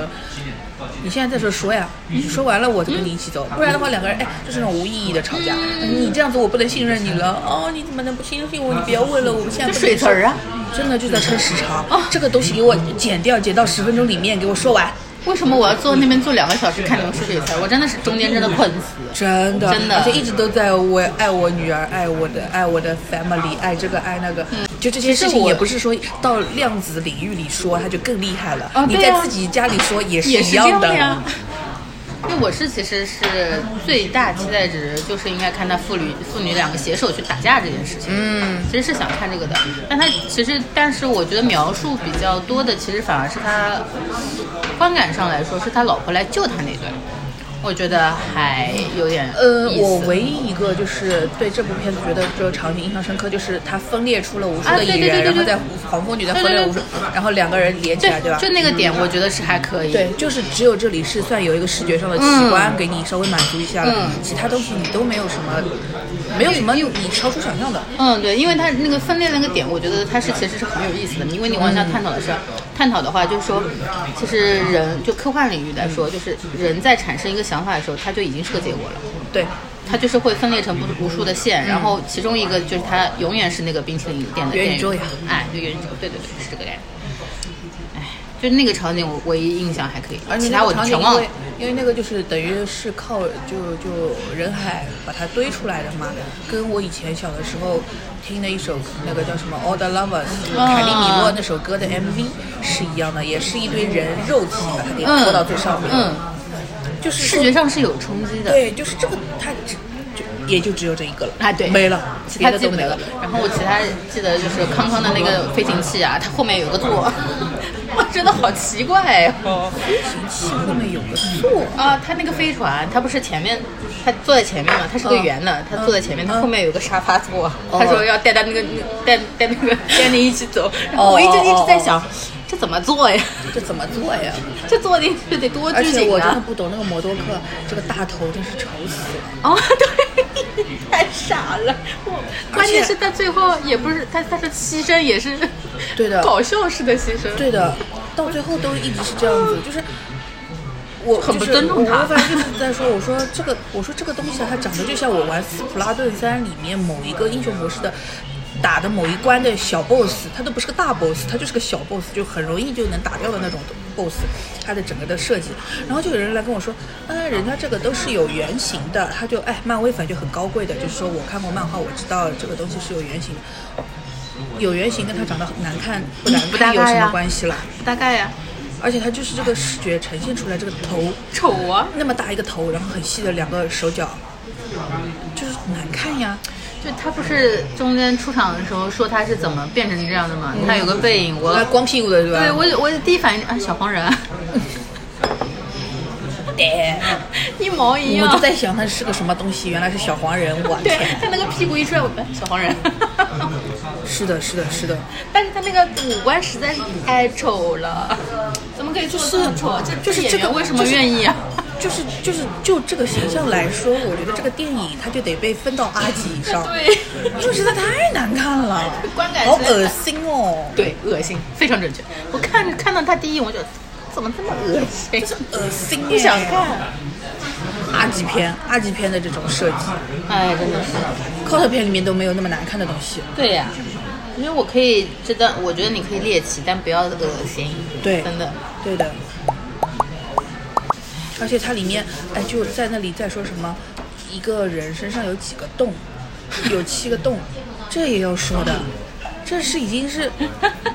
B: 你现在在这说呀，你说完了我就跟你一起走，不然的话两个人哎，就是那种无意义的吵架。
C: 嗯
B: 你这样子我不能信任你了哦，你怎么能不信任我？你不要问了，我们现在不能
C: 这水词儿啊，哦
B: 真的就在撑时长。这个东西给我剪掉，剪到十分钟里面给我说完。
C: 为什么我要坐那边坐两个小时看你们说这些词儿？我真的是中间真的困死。
B: 真的，
C: 真的
B: 而且一直都在我爱我女儿，爱我的，爱我的 family，爱这个爱那个，就这些
C: 其
B: 事
C: 实
B: 情
C: 嗯我
B: 也不是说到量子领域里说，它就更厉害了。
C: 啊
B: 你
C: 对
B: 在
C: 啊
B: 自己家里说也是
C: 也是
B: 一
C: 这样
B: 的。
C: 的呀。因为我是其实是最大期待值就是应该看他父女父女两个携手去打架这件事情，嗯，其实是想看这个的，但他其实但是我觉得描述比较多的其实反而是他观感上来说是他老婆来救他那段，我觉得还有点
B: 呃，
C: 意思
B: 我唯一一个就是对这部片子觉得这个场景印象深刻，就是它分裂出了无数
C: 啊
B: 的
C: 对
B: 蚁
C: 对对
B: 人，
C: 对
B: 然后
C: 对
B: 在黄蜂女在
C: 对
B: 分
C: 对
B: 裂
C: 对
B: 无数，然后两个人连起
C: 对
B: 来，对吧？
C: 就那个点我觉得是还可以，
B: 对，就是只有这里是算有一个视觉上的奇观给你稍微满足一下了，
C: 嗯
B: 其他东西你都没有什么，没有什么你超出想象的。
C: 嗯，对，因为它那个分裂那个点，我觉得它是其实是很有意思的，因为你往下探讨的是，
B: 嗯
C: 探讨的话就是说，其实人就科幻领域来说，就是人在产生一个想法的时候，它就已经是个结果了。
B: 对，
C: 它就是会分裂成不无数的线，然后其中一个就是它永远是那个冰淇淋店的店
B: 嗯元宇宙呀
C: 哎，对元宇宙，对对对，是这个概念。哎，就那个场景我唯一印象还可以，
B: 而且
C: 其
B: 那
C: 他
B: 个
C: 我
B: 场景
C: 全
B: 因
C: 忘了
B: 为。因为那个就是等于是靠就就人海把它堆出来的嘛，跟我以前小的时候听的一首那个叫什么《All the Lovers》凯利
C: 啊
B: 米洛那首歌的 MV 是一样的，也是一堆人肉体把它给
C: 嗯
B: 拖到最上面，
C: 嗯，
B: 就是
C: 视
B: 说
C: 觉上是有冲击的。
B: 对，就是这个它只就也就只有这一个了
C: 啊，对，
B: 没了，
C: 其
B: 别
C: 他
B: 的
C: 记
B: 都
C: 不
B: 没
C: 得
B: 了
C: 了。。然后我其他记得就是康康的那个飞行器啊，它后面有个座， 我真的好奇怪哦。
B: 气后面有个座，
C: 啊，它那个飞船，它不是前面，它坐在前面嘛，它是个圆
B: 嗯
C: 的，它坐在前面，它后面有个沙发座，
B: 哦
C: 他说要带他那个带带那个带你一起走，然
B: 哦
C: 后我一直一直在想，这怎么坐呀？
B: 这怎么做呀？
C: 这坐进去得多
B: 而
C: 拘
B: 且
C: 谨
B: 我真的
C: 啊！
B: 不懂那个摩多克，这个大头真是丑死了。
C: 哦，对， 太傻了。我关键
B: 而且
C: 是他最后也不是他，他是牺牲也是
B: 对的
C: 搞笑式的牺牲。
B: 对的，到最后都一直是这样子，就是我
C: 很不尊重他
B: 就是我反正就是在说，我说这个，我说这个东西啊，它长得就像我玩《斯普拉顿三》里面某一个英雄模式的。打的某一关的小 boss，他都不是个大 boss，他就是个小 boss，就很容易就能打掉的那种 boss，他的整个的设计。然后就有人来跟我说，啊，人家这个都是有原型的，他就哎，漫威粉就很高贵的，就是说我看过漫画，我知道这个东西是有原型的。有原型跟他长得难看不难
C: 不搭
B: 看有
C: 嘎
B: 什
C: 呀
B: 么关系了？
C: 大概呀、
B: 而且它就是这个视觉呈现出来这个头
C: 丑啊！
B: 那么大一个头，然后很细的两个手脚，就是难看呀。
C: 就他不是中间出场的时候说他是怎么变成这样的吗？他有个背影，我
A: 啊，光屁股的对吧？
C: 对我我第一反应啊，小黄人，
A: 对，
C: 一毛一
A: 我
C: 样。
A: 就在想它是个什么东西，原来是小黄人，我
C: 对
A: 天！
C: 他那个屁股一出来，我哎小黄人。
A: 是的，是的，是的，
C: 但是他那个五官实在是太丑了，怎么可以做得这么丑？啊这
B: 就是
C: 演
B: 这个
C: 员为什么愿意啊？
B: 就是就是就这个形象来说，我觉得这个电影它就得被分到阿级以上，
C: 对
B: 因为实在太难看了，
C: 观感
B: 好
C: 实在
B: 恶心哦。
C: 对，恶心，非常准确。我看看到他第一眼，我就怎么这么恶心？
B: 恶心耶，
C: 不想看。
B: 阿级片，阿级片的这种设计
C: 哎，真的是。
B: ，cos 片里面都没有那么难看的东西。
C: 对呀、因为我可以知道，我觉得你可以猎奇，但不要恶心。
B: 对
C: 真的。
B: 对的，而且它里面，哎，就在那里在说什么，一个人身上有几个洞，有七个洞， 这也要说的，这是已经是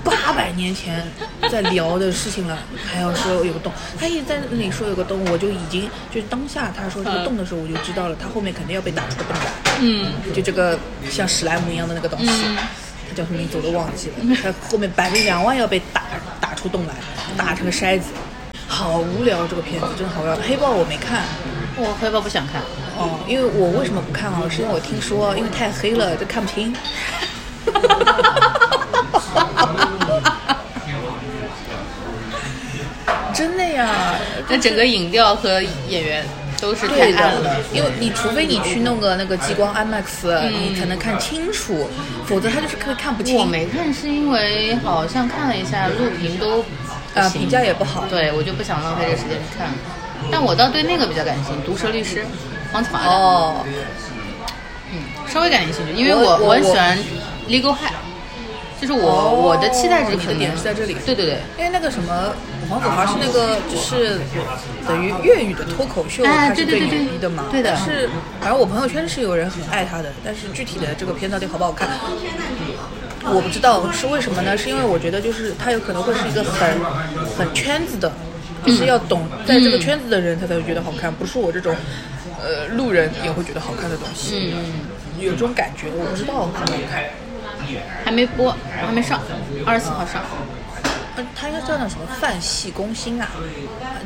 B: 八百年前在聊的事情了，还要说有个洞，他一直在那里说有个洞，我就已经就当下他说这个洞的时候，我就知道了，他后面肯定要被打出个洞来，
C: 嗯，
B: 就这个像史莱姆一样的那个东西。它叫什么名字我都忘记了，它后面百分两万要被打打出洞来，打成个筛子，好无聊这个片子，真的好无聊。黑豹我没看，
C: 我黑豹不想看。
B: 哦，因为我为什么不看啊？是因为我听说，因为太黑了，这看不清。真的呀，
C: 那整个影调和演员都是太
B: 对
C: 暗
B: 的
C: 了。，
B: 因为你除非你去弄个那个激光 IMAX，、你才能看清楚，否则它就是看看不清。
C: 我没看是因为好像看了一下录屏都不
B: 啊
C: 行
B: 评价也不好
C: 对我就不想浪费这时间去看。但我倒对那个比较感兴趣，《毒舌律师》黄子华的，
B: 哦，
C: 稍微感兴趣，因为
B: 我
C: 我
B: 我
C: 很
B: 我
C: 喜欢 Legal High，就是我、
B: 哦
C: 我的期待值
B: 你
C: 可
B: 的
C: 能
B: 点是在这里
C: 对对对，
B: 因为那个什么黄子华是那个就是等于粤语的脱口秀，
C: 哎
B: 他是
C: 对对
B: 最
C: 对
B: 牛逼的嘛。
C: 对的
B: 但是反正我朋友圈是有人很爱他的，但是具体的这个片到底好不好看，我不知道是为什么呢？是因为我觉得就是他有可能会是一个很很圈子的，
C: 嗯
B: 就是要懂在这个圈子的人他才会觉得好看，不是我这种呃路人也会觉得好看的东西。
C: 嗯，
B: 有这种感觉，我不知道好不好看。
C: 还没播，还没上，二十四号上，
B: 呃他应该叫那什么范系攻心啊，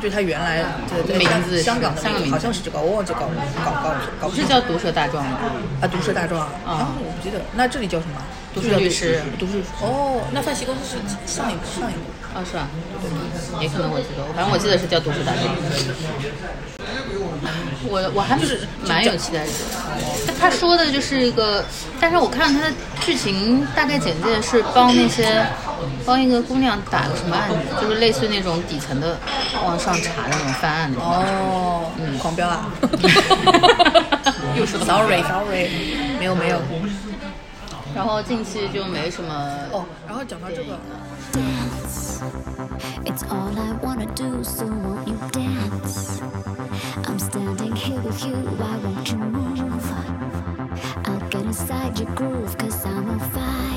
B: 就他原来在在
C: 名字是
B: 香港的
C: 香港名字
B: 好像是这个，我忘记搞搞搞搞
C: 不是叫《毒舌大状》吗？
B: 啊毒舌大状啊，
C: 啊
B: 啊我不记得了，那这里叫什么？
C: 毒
B: 毒
C: 舌律师
B: 毒舌律师哦，那范系公司是上一部上一部，
C: 啊，是吧？也可能我记得，反正我记得是叫《毒舌大状》。我我还是蛮有期待值的。但他说的就是一个，但是我看他的剧情大概简介是帮那些帮一个姑娘打个什么案子，就是类似那种底层的往上查的那种翻案的。
B: 哦，嗯，狂飙啊，嗯 又说 sorry sorry，没有没有
C: 然后近期就没什么
B: 哦，然后讲到这个。
F: dance. It's all I wanna do, so won't you dance? I'm standing here with you, why won't you move? I'll get inside your groove, cause I'm on fire.